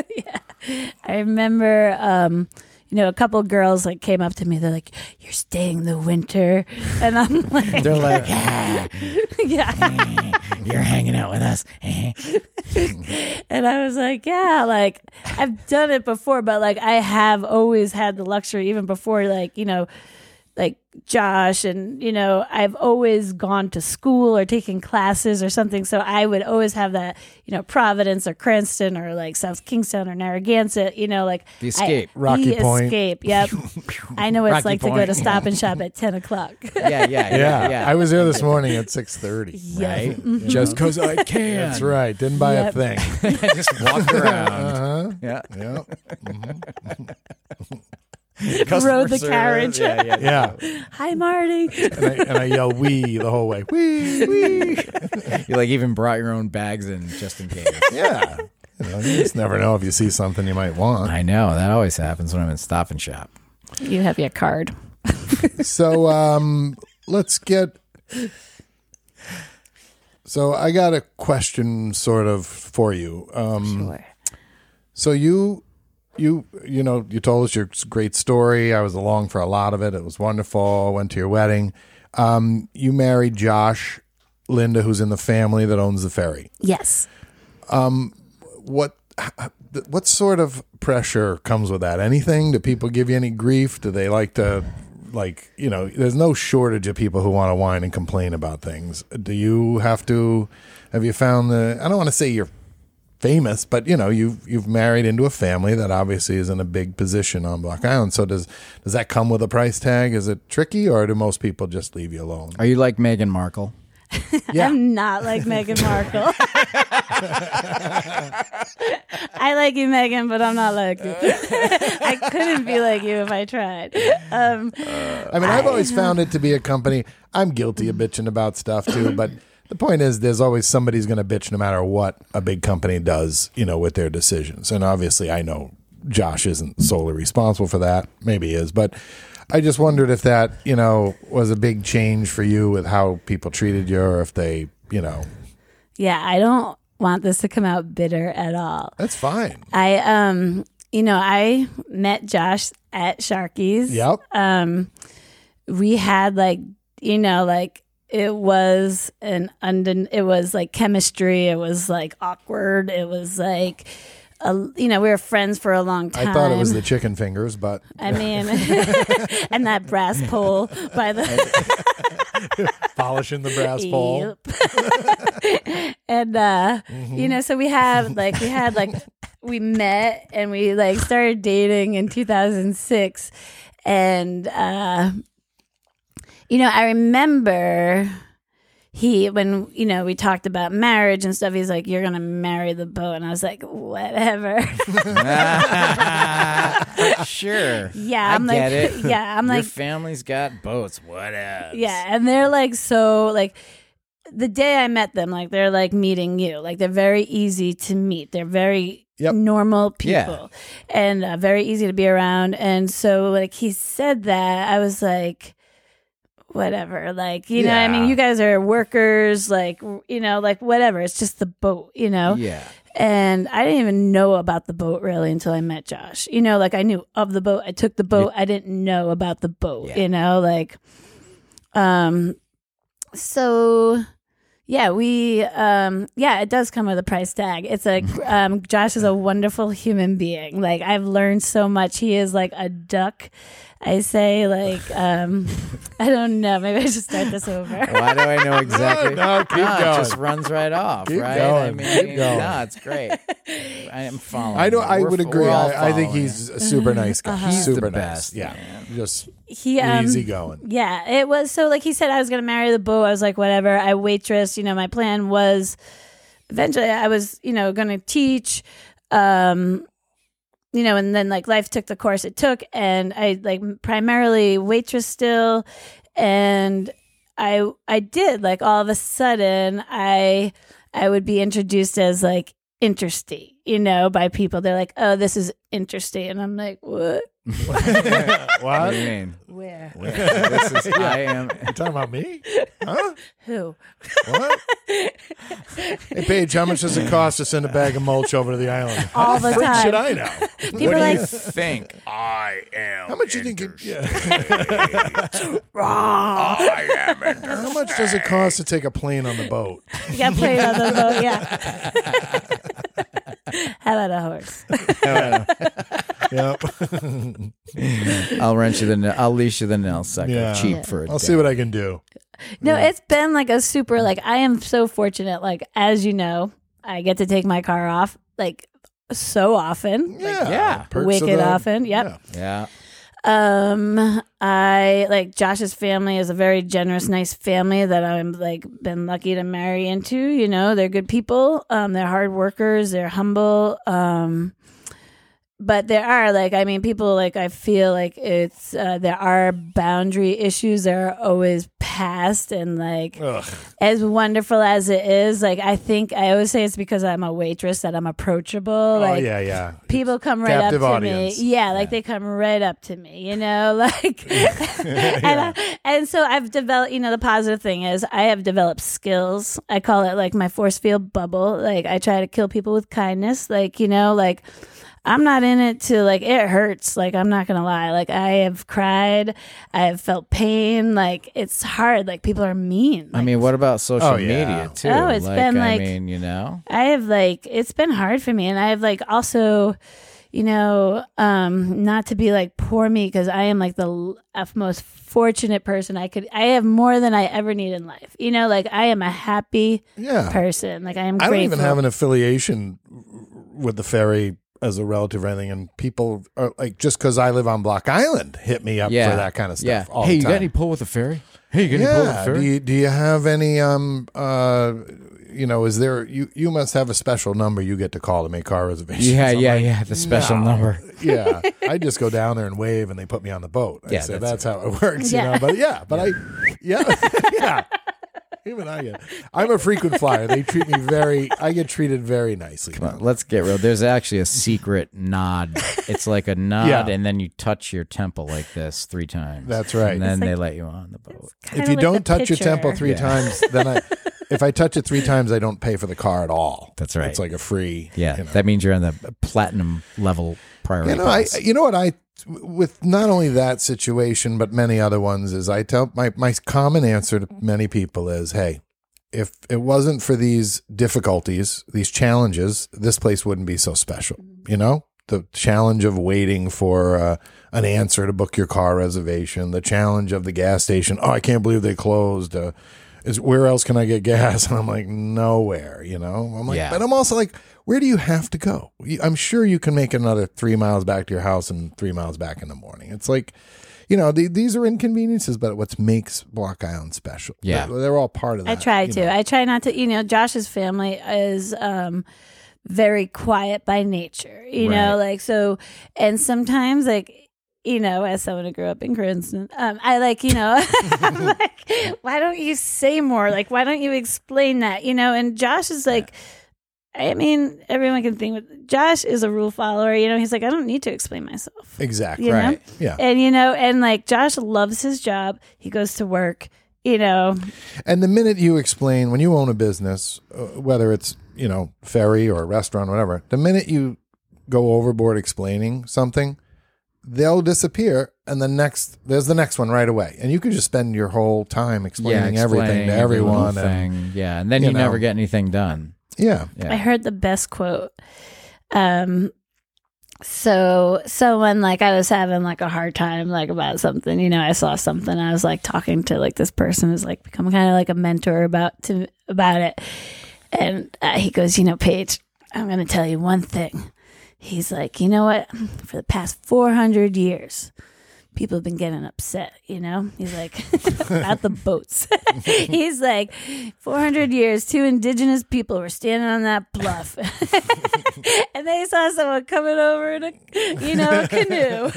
[SPEAKER 4] I remember, um, you know, a couple girls like came up to me. They're like, "You're staying the winter," and I'm like,
[SPEAKER 2] They're like, "Ah,
[SPEAKER 4] "Yeah."
[SPEAKER 2] you're hanging out with us. Eh."
[SPEAKER 4] And I was like, yeah, like I've done it before, but like I have always had the luxury, even before, like, you know, like Josh and you know I've always gone to school or taken classes or something so I would always have that you know Providence or Cranston or like South Kingston or Narragansett you know like
[SPEAKER 2] The escape.
[SPEAKER 4] I,
[SPEAKER 1] Rocky
[SPEAKER 4] the
[SPEAKER 1] Point.
[SPEAKER 4] escape yep I know what it's
[SPEAKER 2] Rocky
[SPEAKER 4] like to go
[SPEAKER 2] Point.
[SPEAKER 4] to Stop and Shop at ten o'clock
[SPEAKER 2] Yeah, yeah,
[SPEAKER 1] Yeah.
[SPEAKER 2] yeah.
[SPEAKER 1] I was there this morning at 6:30.
[SPEAKER 4] yeah
[SPEAKER 2] right? Just because I can.
[SPEAKER 1] That's right. Didn't buy
[SPEAKER 4] Yep.
[SPEAKER 1] a thing.
[SPEAKER 2] I just walked around. Yeah.
[SPEAKER 1] Uh-huh. Yeah.
[SPEAKER 4] Rode the
[SPEAKER 2] service.
[SPEAKER 4] carriage.
[SPEAKER 2] Yeah, yeah.
[SPEAKER 1] Yeah.
[SPEAKER 4] hi Marty
[SPEAKER 1] And I, and I yell wee the whole way. Wee, wee.
[SPEAKER 2] You like even brought your own bags in just in case.
[SPEAKER 1] Yeah. You, know, you just never know if you see something you might want.
[SPEAKER 2] I know that always happens when I'm in Stop and Shop.
[SPEAKER 4] you have your card
[SPEAKER 1] So um let's get So I got a question sort of for you.
[SPEAKER 2] Mm.
[SPEAKER 1] Um
[SPEAKER 4] sure
[SPEAKER 1] So you, you, you know, you told us your great story. I was along for a lot of it. It was wonderful. Went to your wedding. Um, you married Josh, Linda, who's in the family that owns the ferry.
[SPEAKER 4] yes
[SPEAKER 1] What, what sort of pressure comes with that? Anything? Do people give you any grief? Do they like to, like, you know? There's no shortage of people who want to whine and complain about things. Do you have to? Have you found the? I don't want to say you're famous, but you know, you've you've married into a family that obviously is in a big position on Block Island. So does does that come with a price tag? Is it tricky, or do most people just leave you alone?
[SPEAKER 2] Are you like Meghan Markle?
[SPEAKER 1] Yeah.
[SPEAKER 4] I'm not like Meghan Markle. I like you, Meghan, but I'm not like you. I couldn't be like you if I tried. Um,
[SPEAKER 1] I mean, I've always found it to be a company. I'm guilty of bitching about stuff too, but the point is, there's always somebody's going to bitch no matter what a big company does, you know, with their decisions. And obviously, I know Josh isn't solely responsible for that. Maybe he is, but I just wondered if that, you know, was a big change for you with how people treated you, or if they, you know,
[SPEAKER 4] yeah, I don't want this to come out bitter at all.
[SPEAKER 1] that's fine.
[SPEAKER 4] I, um, you know, I met Josh at Sharky's.
[SPEAKER 1] Yep.
[SPEAKER 4] um we had like you know like it was an unden it was like chemistry it was like awkward it was like a, you know we were friends for a long time
[SPEAKER 1] I thought it was the chicken fingers, but
[SPEAKER 4] I mean and that brass pole by the
[SPEAKER 1] polishing the brass pole.
[SPEAKER 4] Yep. and uh
[SPEAKER 2] Mm-hmm.
[SPEAKER 4] you know so we have like we had like we met and we like started dating in 2006 and uh you know i remember he when you know we talked about marriage and stuff he's like you're gonna marry the boat and i was like whatever
[SPEAKER 2] sure.
[SPEAKER 4] yeah
[SPEAKER 2] I
[SPEAKER 4] i'm like
[SPEAKER 2] get it.
[SPEAKER 4] yeah i'm like
[SPEAKER 2] Your family's got boats. What else?
[SPEAKER 4] Yeah, and they're like so like the day I met them, like they're like meeting you. Like they're very easy to meet. They're very
[SPEAKER 1] Yep.
[SPEAKER 4] normal
[SPEAKER 2] Yeah.
[SPEAKER 4] people and uh, very easy to be around. And so like he said that, I was like whatever like you know i mean
[SPEAKER 2] Yeah.
[SPEAKER 4] you guys are workers like w- you know like whatever it's just the boat you know
[SPEAKER 2] Yeah.
[SPEAKER 4] and i didn't even know about the boat really until i met josh you know like i knew of the boat i took the boat i didn't know about the boat
[SPEAKER 2] Yeah.
[SPEAKER 4] you know like um so yeah we um yeah it does come with a price tag it's like um josh is a wonderful human being like i've learned so much he is like a duck i say like um i don't know maybe i should start this over
[SPEAKER 2] Why do I know exactly?
[SPEAKER 1] No, no, keep
[SPEAKER 2] it
[SPEAKER 1] going.
[SPEAKER 2] just runs right off,
[SPEAKER 1] Keep
[SPEAKER 2] right? I
[SPEAKER 1] going,
[SPEAKER 2] mean,
[SPEAKER 1] keep going.
[SPEAKER 2] no, it's great. I am following.
[SPEAKER 1] I know.
[SPEAKER 2] you.
[SPEAKER 1] I
[SPEAKER 2] We're
[SPEAKER 1] would
[SPEAKER 2] f-
[SPEAKER 1] agree.
[SPEAKER 2] we're all
[SPEAKER 1] I, I think
[SPEAKER 2] following
[SPEAKER 1] he's a super
[SPEAKER 4] Mm-hmm.
[SPEAKER 1] nice guy.
[SPEAKER 4] Uh-huh.
[SPEAKER 2] He's the
[SPEAKER 1] super
[SPEAKER 2] best,
[SPEAKER 1] nice. Yeah, just
[SPEAKER 4] he um,
[SPEAKER 1] easy going.
[SPEAKER 4] Yeah, it was so like he said I was gonna marry the boo. I was like, whatever. I waitress. You know, my plan was eventually I was you know gonna teach. Um, you know, and then like life took the course it took, and I like primarily waitress still, and I I did like all of a sudden I I would be introduced as like interstate, you know, by people. They're like, oh, this is interstate, and I'm like, what?
[SPEAKER 2] it. What
[SPEAKER 1] What?
[SPEAKER 2] do you
[SPEAKER 1] You
[SPEAKER 2] mean?
[SPEAKER 4] Where?
[SPEAKER 2] This is, I am.
[SPEAKER 1] talking about me?
[SPEAKER 4] Who?
[SPEAKER 1] What? hey, Paige, how much does it cost to send a bag of mulch over to the island?
[SPEAKER 4] All
[SPEAKER 1] How
[SPEAKER 4] the
[SPEAKER 1] frick
[SPEAKER 4] time.
[SPEAKER 1] should I know?
[SPEAKER 4] People
[SPEAKER 2] What do
[SPEAKER 4] like
[SPEAKER 2] you think?
[SPEAKER 3] I am.
[SPEAKER 1] How
[SPEAKER 5] Oh
[SPEAKER 1] much you think? It, yeah.
[SPEAKER 3] I am.
[SPEAKER 1] How much does it cost to take a plane on the boat?
[SPEAKER 4] You got played on the boat, yeah. How about a horse?
[SPEAKER 1] Yep.
[SPEAKER 2] I'll rent you the. na- I'll lease you the nail sucker,
[SPEAKER 1] Yeah.
[SPEAKER 2] cheap for. a
[SPEAKER 1] I'll
[SPEAKER 2] day.
[SPEAKER 1] see what I can do.
[SPEAKER 4] No, it's been like a super like I am so fortunate. Like as you know, I get to take my car off like so often.
[SPEAKER 1] Yeah.
[SPEAKER 2] yeah.
[SPEAKER 1] Perks of
[SPEAKER 4] Wicked
[SPEAKER 1] the-
[SPEAKER 4] often. Yep.
[SPEAKER 2] Yeah.
[SPEAKER 4] Um I like Josh's family is a very generous, nice family that I'm like been lucky to marry into. You know, they're good people. Um, they're hard workers, they're humble. Um but there are like I mean people like I feel like it's uh, there are boundary issues that are always passed and like
[SPEAKER 1] Ugh.
[SPEAKER 4] as wonderful as it is, like I think I always say it's because I'm a waitress that I'm approachable. Like
[SPEAKER 1] oh yeah, yeah.
[SPEAKER 4] people come right up
[SPEAKER 1] captive
[SPEAKER 4] to
[SPEAKER 1] audience.
[SPEAKER 4] me. Yeah, like they come right up to me, you know, like and, I, and so I've developed, you know, the positive thing is I have developed skills. I call it like my force field bubble. Like I try to kill people with kindness, like, you know, like I'm not in it to like it hurts. Like I'm not gonna lie. Like I have cried, I have felt pain. Like it's hard. Like people are mean.
[SPEAKER 2] I mean, what about social
[SPEAKER 1] Oh, yeah.
[SPEAKER 2] media too?
[SPEAKER 4] Oh, it's been,
[SPEAKER 2] I
[SPEAKER 4] like-
[SPEAKER 2] mean, you know,
[SPEAKER 4] I have like it's been hard for me, and I have like also, you know, um, not to be like poor me because I am like the l- f- most fortunate person I could. I have more than I ever need in life. You know, like I am a happy
[SPEAKER 1] Yeah.
[SPEAKER 4] person. Like I am.
[SPEAKER 1] I
[SPEAKER 4] Grateful.
[SPEAKER 1] don't even have an affiliation with the ferry as a relative or anything, and people are like, just because I live on Block Island, hit me up
[SPEAKER 2] yeah,
[SPEAKER 1] for that kind of stuff.
[SPEAKER 2] Yeah.
[SPEAKER 1] all
[SPEAKER 2] hey,
[SPEAKER 1] the
[SPEAKER 2] you
[SPEAKER 1] time.
[SPEAKER 2] got any pull with a ferry? Hey, you got any pull with a
[SPEAKER 1] Yeah. Do
[SPEAKER 2] ferry?
[SPEAKER 1] you, do you have any? Um. Uh. You know, is there? You you must have a special number you get to call to make car reservations.
[SPEAKER 2] yeah,
[SPEAKER 1] I'm
[SPEAKER 2] yeah,
[SPEAKER 1] like,
[SPEAKER 2] yeah. The special number.
[SPEAKER 1] yeah. I just go down there and wave, and they put me on the boat. I
[SPEAKER 2] Yeah,
[SPEAKER 1] say, that's,
[SPEAKER 2] that's
[SPEAKER 1] how it works. You
[SPEAKER 4] Yeah.
[SPEAKER 1] know, but yeah, but I, yeah, yeah. Even I get. I'm a frequent flyer. They treat me very. I get treated very nicely.
[SPEAKER 2] But let's get real. There's actually a secret nod. It's like a nod,
[SPEAKER 1] Yeah.
[SPEAKER 2] and then you touch your temple like this three times.
[SPEAKER 1] That's right.
[SPEAKER 2] And then they let you on the boat.
[SPEAKER 4] Kinda
[SPEAKER 1] if you
[SPEAKER 4] like the
[SPEAKER 1] don't touch your
[SPEAKER 4] pitcher.
[SPEAKER 1] temple three
[SPEAKER 2] Yeah.
[SPEAKER 1] times, then I, if I touch it three times, I don't pay for the car at all.
[SPEAKER 2] That's right.
[SPEAKER 1] It's like a free.
[SPEAKER 2] Yeah,
[SPEAKER 1] you know.
[SPEAKER 2] that means you're on the platinum level priority.
[SPEAKER 1] You know, I,
[SPEAKER 2] pass.
[SPEAKER 1] you know what I, with not only that situation but many other ones is I tell my my common answer to many people is, hey, if it wasn't for these difficulties, these challenges, this place wouldn't be so special. You know, the challenge of waiting for uh, an answer to book your car reservation, the challenge of the gas station. Oh, I can't believe they closed. Uh, is where else can I get gas? And I'm like, nowhere. You know, I'm like,
[SPEAKER 2] Yeah.
[SPEAKER 1] but I'm also like, where do you have to go? You- I'm sure you can make another three miles back to your house and three miles back in the morning. It's like, you know, the, these are inconveniences, but what makes Block Island special?
[SPEAKER 2] Yeah.
[SPEAKER 1] they're, they're all part of
[SPEAKER 4] I
[SPEAKER 1] that.
[SPEAKER 4] try
[SPEAKER 1] you
[SPEAKER 4] to.
[SPEAKER 1] know.
[SPEAKER 4] I try not to. You know, Josh's family is um, very quiet by nature. You
[SPEAKER 2] Right.
[SPEAKER 4] know, like so, and sometimes like. You know, as someone who grew up in Princeton, um, I like, you know, I'm like, why don't you say more? Like, why don't you explain that? You know, and Josh is like, I mean, everyone can think with Josh is a rule follower. You know, he's like, I don't need to explain myself.
[SPEAKER 1] exactly.
[SPEAKER 4] You know?
[SPEAKER 2] Right.
[SPEAKER 1] Yeah.
[SPEAKER 4] And, you know, and like Josh loves his job. He goes to work, you know,
[SPEAKER 1] And the minute you explain, when you own a business, uh, whether it's you know ferry or a restaurant, whatever, the minute you go overboard explaining something, they'll disappear, and the next there's the next one right away, and you can just spend your whole time explaining everything
[SPEAKER 2] explain
[SPEAKER 1] to
[SPEAKER 2] every little
[SPEAKER 1] everyone. And,
[SPEAKER 2] Thing. yeah, and then
[SPEAKER 1] you
[SPEAKER 2] you, never
[SPEAKER 1] know.
[SPEAKER 2] get anything done.
[SPEAKER 1] yeah,
[SPEAKER 2] Yeah.
[SPEAKER 4] I heard the best quote. Um, so someone like I was having like a hard time like about something, you know, I saw something. I was like talking to like this person who's like become kind of like a mentor about to about it, and uh, he goes, you know, Paige, I'm going to tell you one thing. He's like, you know what? For the past 400 years, people have been getting upset, you know? He's like, about the boats. He's like, 400 years, two indigenous people were standing on that bluff. and they saw someone coming over in a, you know, a canoe.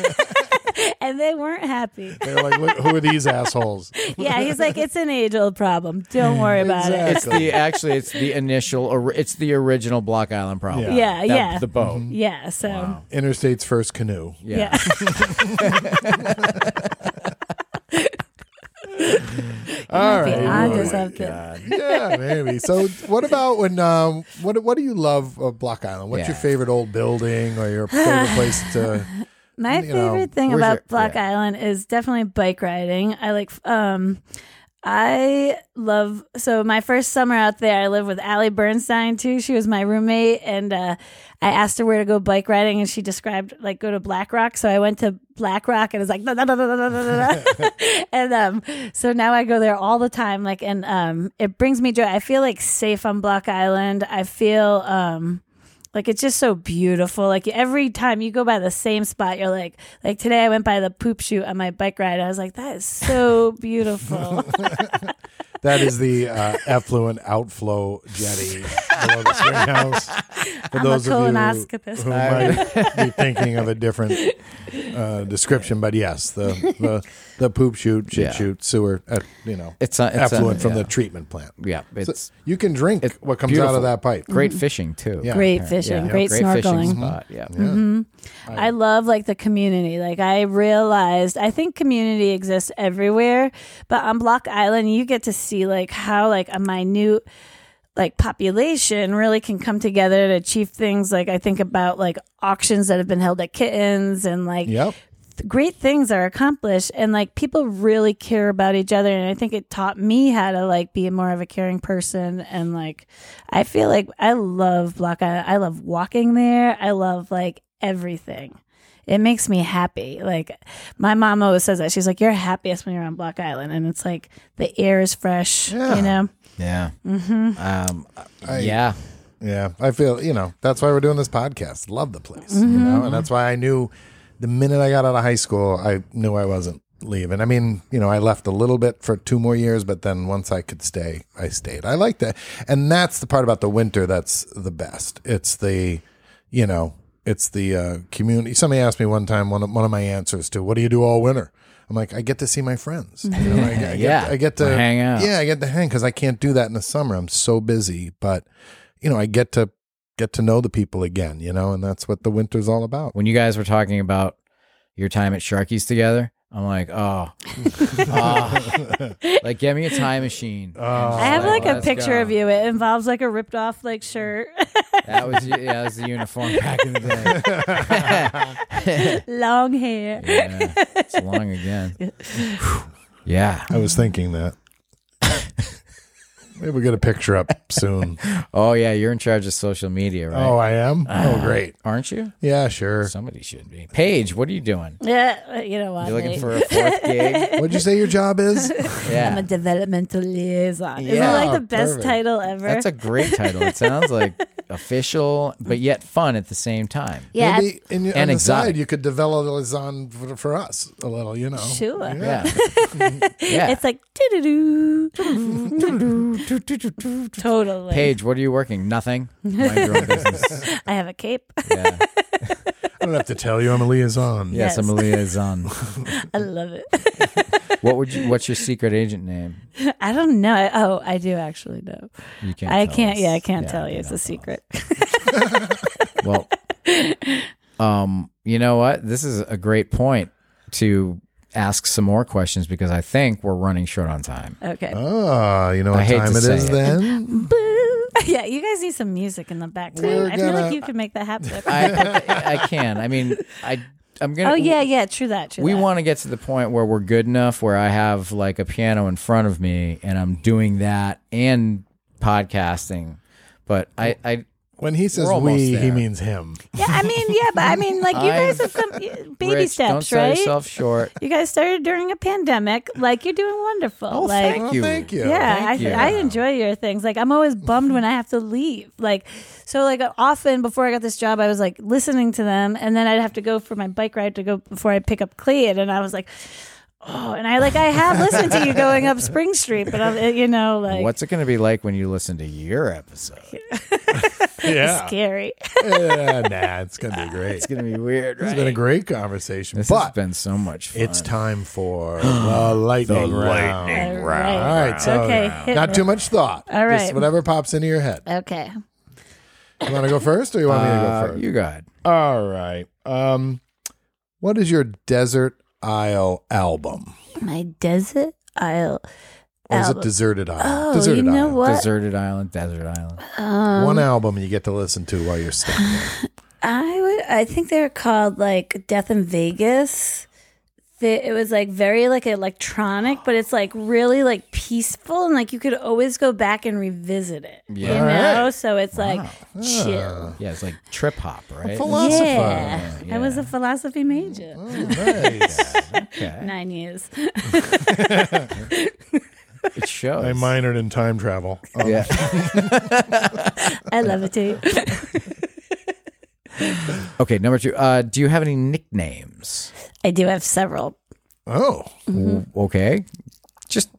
[SPEAKER 4] and they weren't happy.
[SPEAKER 1] they're like, "Look, who are these assholes?
[SPEAKER 4] Yeah, he's like, it's an age old problem. Don't worry about it.
[SPEAKER 2] it's the actually it's the initial or it's the original Block Island problem.
[SPEAKER 4] Yeah,
[SPEAKER 2] That-
[SPEAKER 4] yeah.
[SPEAKER 2] the boat.
[SPEAKER 1] Mm-hmm.
[SPEAKER 4] Yeah, so.
[SPEAKER 1] Interstate's first canoe.
[SPEAKER 2] Yeah.
[SPEAKER 4] yeah.
[SPEAKER 1] All
[SPEAKER 4] be onto
[SPEAKER 1] Oh my
[SPEAKER 4] something.
[SPEAKER 1] God. yeah, maybe. So, what about when? Um, what What do you love of Block Island? What's your
[SPEAKER 2] Yeah.
[SPEAKER 1] favorite old building or your favorite place to?
[SPEAKER 4] My
[SPEAKER 1] you know,
[SPEAKER 4] favorite thing
[SPEAKER 2] where's
[SPEAKER 4] about
[SPEAKER 2] your-
[SPEAKER 4] Block
[SPEAKER 2] yeah.
[SPEAKER 4] Island is definitely bike riding. I like um I love so my first summer out there I lived with Allie Bernstein too. She was my roommate and uh, I asked her where to go bike riding and she described like go to Black Rock. So I went to Black Rock and it was like da, da, da, da, da, da, da. and um so now I go there all the time like and um it brings me joy. I feel like safe on Block Island. I feel um like it's just so beautiful. Like every time you go by the same spot, you're like, like today I went by the poop chute on my bike ride. I was like, that is so beautiful.
[SPEAKER 1] That is the uh, effluent outflow jetty below the spring house. For
[SPEAKER 4] I'm a
[SPEAKER 1] those of you
[SPEAKER 4] colonoscopist.
[SPEAKER 1] who might be thinking of a different uh, description, but yes, the the, the poop shoot, shit
[SPEAKER 2] Yeah.
[SPEAKER 1] shoot, sewer, uh, you know,
[SPEAKER 2] It's a- it's a-
[SPEAKER 1] effluent from
[SPEAKER 2] yeah.
[SPEAKER 1] the treatment plant.
[SPEAKER 2] Yeah,
[SPEAKER 1] So
[SPEAKER 2] it's
[SPEAKER 1] you can drink what comes out
[SPEAKER 2] beautiful.
[SPEAKER 1] of that pipe.
[SPEAKER 2] great fishing too.
[SPEAKER 1] Yeah. Mm-hmm.
[SPEAKER 4] great
[SPEAKER 2] Yeah,
[SPEAKER 4] fishing,
[SPEAKER 2] yeah,
[SPEAKER 4] great,
[SPEAKER 2] fishing
[SPEAKER 4] snorkeling.
[SPEAKER 2] spot. Yeah.
[SPEAKER 4] I love like the community. Like I realized, I think community exists everywhere, but on Block Island, you get to see like how like a minute like population really can come together to achieve things. Like I think about like auctions that have been held at kittens and like
[SPEAKER 1] Yep.
[SPEAKER 4] th- great things are accomplished and like people really care about each other and i think it taught me how to like be more of a caring person and like i feel like i love block island i love walking there i love like everything it makes me happy like my mom always says that she's like you're happiest when you're on block island and it's like the air is fresh
[SPEAKER 1] Yeah.
[SPEAKER 4] you know
[SPEAKER 2] Yeah.
[SPEAKER 4] Mm-hmm.
[SPEAKER 2] Um, yeah.
[SPEAKER 1] Yeah, I feel you know that's why we're doing this podcast. Love the place, you
[SPEAKER 2] Mm-hmm.
[SPEAKER 1] know, and that's why I knew the minute I got out of high school, I knew I wasn't leaving. I mean, you know, I left a little bit for two more years, but then once I could stay, I stayed. I like that, and that's the part about the winter that's the best. It's the, you know, it's the uh, community. Somebody asked me one time one of, one of my answers to what do you do all winter. I'm like, I get to see my friends. You know, I, I get,
[SPEAKER 2] Yeah.
[SPEAKER 1] I get to
[SPEAKER 2] Hang out.
[SPEAKER 1] Yeah, I get to hang because I can't do that in the summer. I'm so busy, but you know, I get to get to know the people again. You know, and that's what the winter's all about.
[SPEAKER 2] When you guys were talking about your time at Sharky's together, I'm like, oh, Ah. like get me a time machine.
[SPEAKER 4] i have like a
[SPEAKER 2] Oh, let's go.
[SPEAKER 4] picture of you it involves like a ripped off like shirt
[SPEAKER 2] That was yeah, that was the uniform back in the day.
[SPEAKER 4] long hair
[SPEAKER 2] Yeah, it's long again. Whew. Yeah.
[SPEAKER 1] I
[SPEAKER 4] Mm.
[SPEAKER 1] was thinking that. Maybe we'll get a picture up soon.
[SPEAKER 2] Oh yeah, you're in charge of social media, right?
[SPEAKER 1] Oh, I am.
[SPEAKER 4] Ah.
[SPEAKER 1] Oh, great.
[SPEAKER 2] Aren't you?
[SPEAKER 1] Yeah, sure.
[SPEAKER 2] Somebody should be. Paige, what are you doing?
[SPEAKER 4] yeah you know what
[SPEAKER 2] You
[SPEAKER 4] Nate?
[SPEAKER 2] looking for a fourth gig?
[SPEAKER 1] What'd you say your job is?
[SPEAKER 4] I'm a
[SPEAKER 2] Yeah.
[SPEAKER 4] developmental liaison. Isn't
[SPEAKER 2] Yeah,
[SPEAKER 4] that like the best
[SPEAKER 1] perfect.
[SPEAKER 4] title ever?
[SPEAKER 2] That's a great title. It sounds like official, but yet fun at the same time.
[SPEAKER 4] yeah,
[SPEAKER 1] Maybe in, on the
[SPEAKER 2] exotic.
[SPEAKER 1] side you could develop a on for, for us a little. You know.
[SPEAKER 4] Sure.
[SPEAKER 2] Yeah. yeah.
[SPEAKER 4] it's like doo doo doo. Totally.
[SPEAKER 2] Paige, what are you working? Nothing. Mind your own business.
[SPEAKER 4] I have a cape.
[SPEAKER 2] Yeah.
[SPEAKER 1] I don't have to tell you I'm a liaison.
[SPEAKER 2] Yes, I'm a liaison.
[SPEAKER 4] I love it.
[SPEAKER 2] What would you? What's your secret agent name?
[SPEAKER 4] I don't know. I- Oh, I do actually know.
[SPEAKER 2] You can't.
[SPEAKER 4] I
[SPEAKER 2] tell
[SPEAKER 4] can't.
[SPEAKER 2] us.
[SPEAKER 4] Yeah, I can't tell you.
[SPEAKER 2] don't
[SPEAKER 4] It's
[SPEAKER 2] tell
[SPEAKER 4] a
[SPEAKER 2] us.
[SPEAKER 4] secret.
[SPEAKER 2] Well, um, you know what? This is a great point to ask some more questions because I think we're running short on time.
[SPEAKER 4] Okay.
[SPEAKER 1] Ah, you know what
[SPEAKER 2] I hate
[SPEAKER 1] time
[SPEAKER 2] to
[SPEAKER 1] it
[SPEAKER 2] say
[SPEAKER 1] is
[SPEAKER 2] it.
[SPEAKER 1] then?
[SPEAKER 4] Boo. yeah, you guys need some music in the
[SPEAKER 1] We're
[SPEAKER 4] background. I feel
[SPEAKER 1] gonna-
[SPEAKER 4] like you could make that happen.
[SPEAKER 2] I I can. I mean, I I'm gonna.
[SPEAKER 4] oh yeah, yeah. True that. True
[SPEAKER 2] We
[SPEAKER 4] that.
[SPEAKER 2] want to get to the point where we're good enough where I have like a piano in front of me and I'm doing that and podcasting. But I, I
[SPEAKER 1] When he says
[SPEAKER 2] We're almost
[SPEAKER 1] we, he
[SPEAKER 2] there.
[SPEAKER 1] means him.
[SPEAKER 4] Yeah, I mean, yeah, but I mean, like you guys have come baby
[SPEAKER 2] Rich, don't
[SPEAKER 4] steps,
[SPEAKER 2] sell
[SPEAKER 4] right?
[SPEAKER 2] yourself short.
[SPEAKER 4] You guys started during a pandemic. Like you're doing wonderful.
[SPEAKER 2] Oh,
[SPEAKER 4] Oh, like
[SPEAKER 1] Well,
[SPEAKER 2] you.
[SPEAKER 1] Oh, thank you.
[SPEAKER 4] yeah, I,
[SPEAKER 2] you.
[SPEAKER 4] I enjoy your things. Like I'm always bummed when I have to leave. Like so, like often before I got this job, I was like listening to them, and then I'd have to go for my bike ride to go before I pick up Clean, and I was like, oh, and I like I have listened to you going up Spring Street, but I'm, you know, like
[SPEAKER 2] What's it going to be like when you listen to your episode?
[SPEAKER 1] Yeah.
[SPEAKER 4] scary.
[SPEAKER 1] yeah. Nah, it's gonna be great.
[SPEAKER 2] It's going to be weird, right?
[SPEAKER 1] It's been a great conversation,
[SPEAKER 2] This has
[SPEAKER 1] but
[SPEAKER 2] been so much fun.
[SPEAKER 1] it's time for the lightning round.
[SPEAKER 4] All
[SPEAKER 1] All
[SPEAKER 4] right.
[SPEAKER 1] right, so
[SPEAKER 4] Okay, hit
[SPEAKER 1] not
[SPEAKER 4] me.
[SPEAKER 1] too much thought.
[SPEAKER 4] All
[SPEAKER 1] just
[SPEAKER 4] right.
[SPEAKER 1] whatever pops into your head.
[SPEAKER 4] Okay.
[SPEAKER 1] You want to go first, or you want me to
[SPEAKER 2] Uh,
[SPEAKER 1] go first?
[SPEAKER 2] you got it.
[SPEAKER 1] All right. Um, what is your desert isle album?
[SPEAKER 4] My desert isle.
[SPEAKER 1] Or is it
[SPEAKER 4] Album.
[SPEAKER 1] deserted isle?
[SPEAKER 4] Oh,
[SPEAKER 1] deserted
[SPEAKER 4] you know um,
[SPEAKER 1] isle.
[SPEAKER 4] what?
[SPEAKER 2] Deserted Island, Desert Island.
[SPEAKER 1] One album you get to listen to while you're stuck.
[SPEAKER 4] I would. I think they're called like Death in Vegas, the, it was like very like electronic, but it's like really like peaceful and like you could always go back and revisit it.
[SPEAKER 2] Yeah.
[SPEAKER 4] You know?
[SPEAKER 1] Alright.
[SPEAKER 4] So it's like chill.
[SPEAKER 2] Yeah, it's like trip hop, right?
[SPEAKER 1] Philosopher.
[SPEAKER 4] Yeah. I was a philosophy major.
[SPEAKER 1] Nice.
[SPEAKER 2] Okay.
[SPEAKER 4] Nine years.
[SPEAKER 2] It shows. Oh,
[SPEAKER 1] I minored in time travel. Um,
[SPEAKER 2] Yeah.
[SPEAKER 4] I love it too.
[SPEAKER 2] okay, number two. Uh, do you have any nicknames?
[SPEAKER 4] I do have several.
[SPEAKER 1] Oh,
[SPEAKER 2] W- Okay, just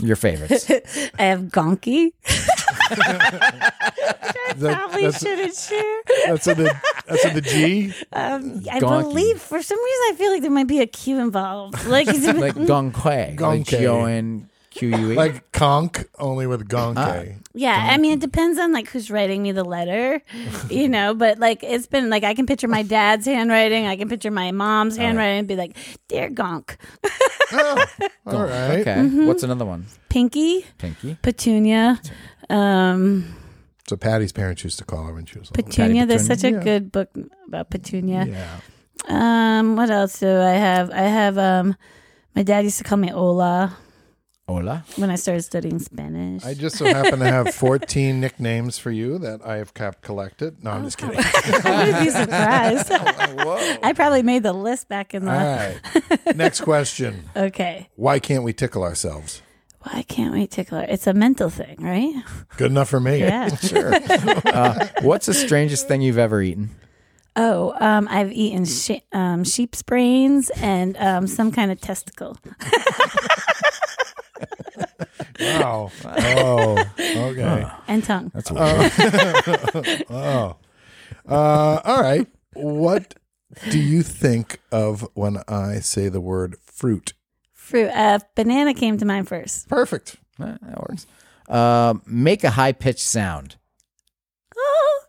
[SPEAKER 2] your favorites.
[SPEAKER 4] I have Gonky.
[SPEAKER 1] that-
[SPEAKER 4] Probably
[SPEAKER 1] that's
[SPEAKER 4] shouldn't share.
[SPEAKER 1] that's in the that's in the G.
[SPEAKER 4] Um, I
[SPEAKER 2] Gonky.
[SPEAKER 4] believe for some reason I feel like there might be a Q involved. Like, is it,
[SPEAKER 2] like Gong Quay, like
[SPEAKER 1] Gong-Quay.
[SPEAKER 2] Joan Q U E.
[SPEAKER 1] Like conch, only with gonke.
[SPEAKER 4] yeah, I mean, it depends on like who's writing me the letter, you know. But like, it's been like I can picture my dad's handwriting, I can picture my mom's handwriting, and be like, "Dear Gonk,
[SPEAKER 1] All right.
[SPEAKER 2] okay, what's another one?
[SPEAKER 4] Pinky,
[SPEAKER 2] Pinky.
[SPEAKER 4] Petunia, um,
[SPEAKER 1] So Patty's parents used to call her when she was little.
[SPEAKER 4] Petunia." There's
[SPEAKER 2] Petunia.
[SPEAKER 4] such a
[SPEAKER 1] Yeah.
[SPEAKER 4] good book about Petunia.
[SPEAKER 1] Yeah.
[SPEAKER 4] Um, what else do I have? I have um, my dad used to call me Ola
[SPEAKER 2] Hola.
[SPEAKER 4] when I started studying Spanish.
[SPEAKER 1] I just so happen to have 14 nicknames for you that I have kept collected. No, I'm just kidding.
[SPEAKER 4] I would be surprised.
[SPEAKER 1] Oh,
[SPEAKER 4] I probably made the list back in the.
[SPEAKER 1] All right. Next question.
[SPEAKER 4] Okay.
[SPEAKER 1] Why can't we tickle ourselves?
[SPEAKER 4] Why can't we tickle her? It's a mental thing, right?
[SPEAKER 1] Good enough for me.
[SPEAKER 4] Yeah.
[SPEAKER 2] Sure. uh, what's the strangest thing you've ever eaten?
[SPEAKER 4] oh, um, I've eaten
[SPEAKER 1] Mm.
[SPEAKER 4] she- um, sheep's brains and um, some kind of testicle.
[SPEAKER 1] Wow. Oh, okay.
[SPEAKER 4] And tongue.
[SPEAKER 2] That's weird.
[SPEAKER 1] Uh, all right. What do you think of when I say the word fruit?
[SPEAKER 4] Fruit. Uh, banana came to mind first.
[SPEAKER 1] Perfect.
[SPEAKER 2] Uh, that works. Um, make a high pitched sound.
[SPEAKER 4] Oh,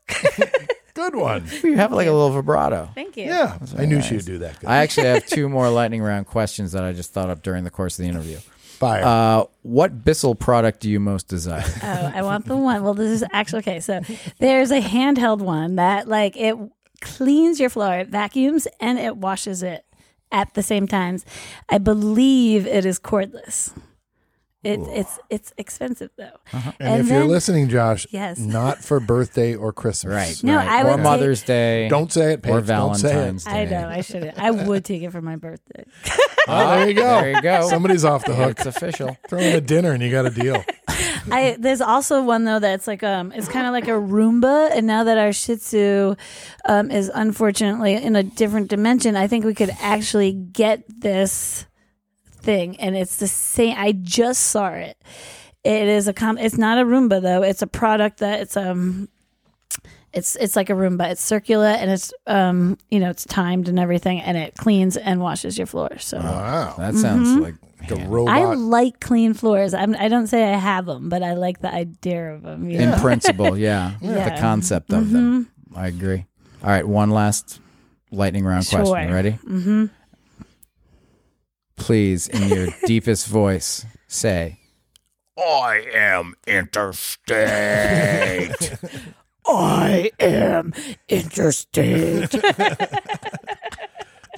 [SPEAKER 1] Good one.
[SPEAKER 2] You have like a little vibrato.
[SPEAKER 4] thank you.
[SPEAKER 1] Yeah. I knew she would do that. Good.
[SPEAKER 2] I actually have two more lightning round questions that I just thought up during the course of the interview.
[SPEAKER 1] Fire.
[SPEAKER 2] Uh, what Bissell product do you most desire?
[SPEAKER 4] Oh, I want the one. Well, this is actually okay. So there's a handheld one that like it cleans your floor, it vacuums and it washes it at the same times. I believe it is cordless. It, it's it's expensive though.
[SPEAKER 1] Uh-huh. and, if you're
[SPEAKER 4] then-
[SPEAKER 1] listening, Josh,
[SPEAKER 4] Yes.
[SPEAKER 1] not for birthday or Christmas.
[SPEAKER 2] Right.
[SPEAKER 4] No,
[SPEAKER 2] right.
[SPEAKER 4] I
[SPEAKER 2] or
[SPEAKER 4] would
[SPEAKER 2] Mother's Day.
[SPEAKER 1] Don't say it, Paige.
[SPEAKER 2] or
[SPEAKER 1] Don't say it.
[SPEAKER 2] Valentine's Day.
[SPEAKER 4] I know I shouldn't. I would take it for my birthday.
[SPEAKER 1] Oh, there you go.
[SPEAKER 2] There you go.
[SPEAKER 1] Somebody's off the hook.
[SPEAKER 2] it's official.
[SPEAKER 1] Throw in a dinner and you got a deal.
[SPEAKER 4] I there's also one though that's like um it's kind of like a Roomba, and now that our Shih Tzu um, is unfortunately in a different dimension, I think we could actually get this thing, and it's the same. I just saw it. It is a com. It's not a Roomba though. It's a product that it's um. It's it's like a Roomba. It's circular and it's um you know it's timed and everything and it cleans and washes your floor. So
[SPEAKER 1] Wow.
[SPEAKER 2] That sounds
[SPEAKER 1] Mm-hmm.
[SPEAKER 2] like
[SPEAKER 1] The
[SPEAKER 2] hand
[SPEAKER 4] I
[SPEAKER 1] robot.
[SPEAKER 4] like clean floors. I'm, I don't say I have them, but I like the idea of them.
[SPEAKER 2] in principle. Yeah. The
[SPEAKER 4] Yeah. Mm-hmm.
[SPEAKER 2] concept of them. I agree. All right. One last lightning round question. You
[SPEAKER 4] Sure.
[SPEAKER 2] Ready? Mm-hmm. Please, in your deepest voice, say,
[SPEAKER 5] I am interstate.
[SPEAKER 2] I am interested.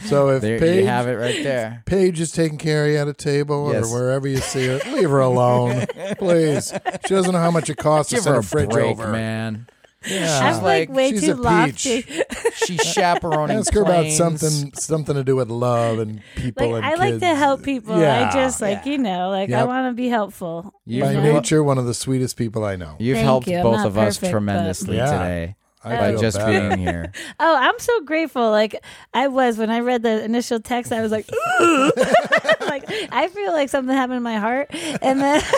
[SPEAKER 1] so if
[SPEAKER 2] there
[SPEAKER 1] Paige,
[SPEAKER 2] you have it right there.
[SPEAKER 1] Paige is taking care of you at a table
[SPEAKER 2] Yes.
[SPEAKER 1] or wherever you see her, leave her alone, please. She doesn't know how much it costs to
[SPEAKER 2] Give
[SPEAKER 1] send
[SPEAKER 2] her
[SPEAKER 1] a
[SPEAKER 2] a
[SPEAKER 1] fridge
[SPEAKER 2] break,
[SPEAKER 1] over.
[SPEAKER 2] man.
[SPEAKER 1] Yeah.
[SPEAKER 2] She's
[SPEAKER 4] I'm like,
[SPEAKER 2] like,
[SPEAKER 4] way
[SPEAKER 1] she's
[SPEAKER 4] too
[SPEAKER 1] a peach.
[SPEAKER 4] lofty.
[SPEAKER 2] She's chaperoning.
[SPEAKER 1] Ask her about
[SPEAKER 2] planes.
[SPEAKER 1] something something to do with love and people
[SPEAKER 4] Like
[SPEAKER 1] and
[SPEAKER 4] I like
[SPEAKER 1] kids.
[SPEAKER 4] to help people.
[SPEAKER 1] Yeah.
[SPEAKER 4] I just like you know, like I
[SPEAKER 1] Yep.
[SPEAKER 4] want to be helpful.
[SPEAKER 2] You've,
[SPEAKER 1] By
[SPEAKER 2] hel-
[SPEAKER 1] nature, one of the sweetest people I know.
[SPEAKER 2] you've
[SPEAKER 4] Thank
[SPEAKER 2] helped
[SPEAKER 4] you. I'm
[SPEAKER 2] both
[SPEAKER 4] not
[SPEAKER 2] of us
[SPEAKER 4] perfect, but-
[SPEAKER 2] tremendously
[SPEAKER 1] Yeah.
[SPEAKER 2] today
[SPEAKER 1] I
[SPEAKER 2] by
[SPEAKER 1] feel
[SPEAKER 2] just
[SPEAKER 1] better.
[SPEAKER 2] being here.
[SPEAKER 4] Oh, I'm so grateful. Like I was when I read the initial text, I was like, "Ooh." like I feel like something happened in my heart, and then.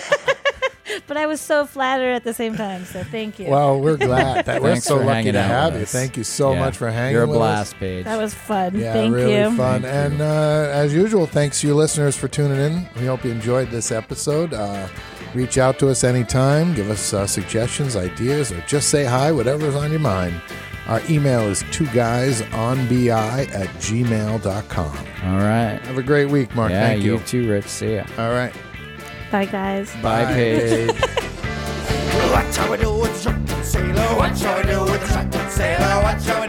[SPEAKER 4] But I was so flattered at the same time, so thank you.
[SPEAKER 1] Well, we're glad that we're
[SPEAKER 2] Thanks
[SPEAKER 1] so
[SPEAKER 2] for
[SPEAKER 1] lucky
[SPEAKER 2] hanging
[SPEAKER 1] to
[SPEAKER 2] out with
[SPEAKER 1] have you.
[SPEAKER 2] us.
[SPEAKER 1] Thank you so
[SPEAKER 2] Yeah.
[SPEAKER 1] much for hanging.
[SPEAKER 2] You're a
[SPEAKER 1] with us.
[SPEAKER 2] blast, Paige.
[SPEAKER 4] that was fun.
[SPEAKER 1] Yeah,
[SPEAKER 4] thank
[SPEAKER 1] really
[SPEAKER 4] you.
[SPEAKER 1] fun.
[SPEAKER 2] Thank
[SPEAKER 1] and
[SPEAKER 2] you.
[SPEAKER 1] Uh, as usual, thanks to you listeners for tuning in. We hope you enjoyed this episode. Uh, reach out to us anytime. Give us uh, suggestions, ideas, or just say hi, whatever's on your mind. Our email is two guys on bi at gmail.com.
[SPEAKER 2] All right.
[SPEAKER 1] Have a great week, Mark.
[SPEAKER 2] Yeah,
[SPEAKER 1] Thank
[SPEAKER 2] you.
[SPEAKER 1] you.
[SPEAKER 2] too, Rich. See ya.
[SPEAKER 1] All right.
[SPEAKER 4] Bye, guys.
[SPEAKER 2] Bye, Paige.
[SPEAKER 3] What shall we do with the drunken sailor? What shall we do with the drunken sailor? What shall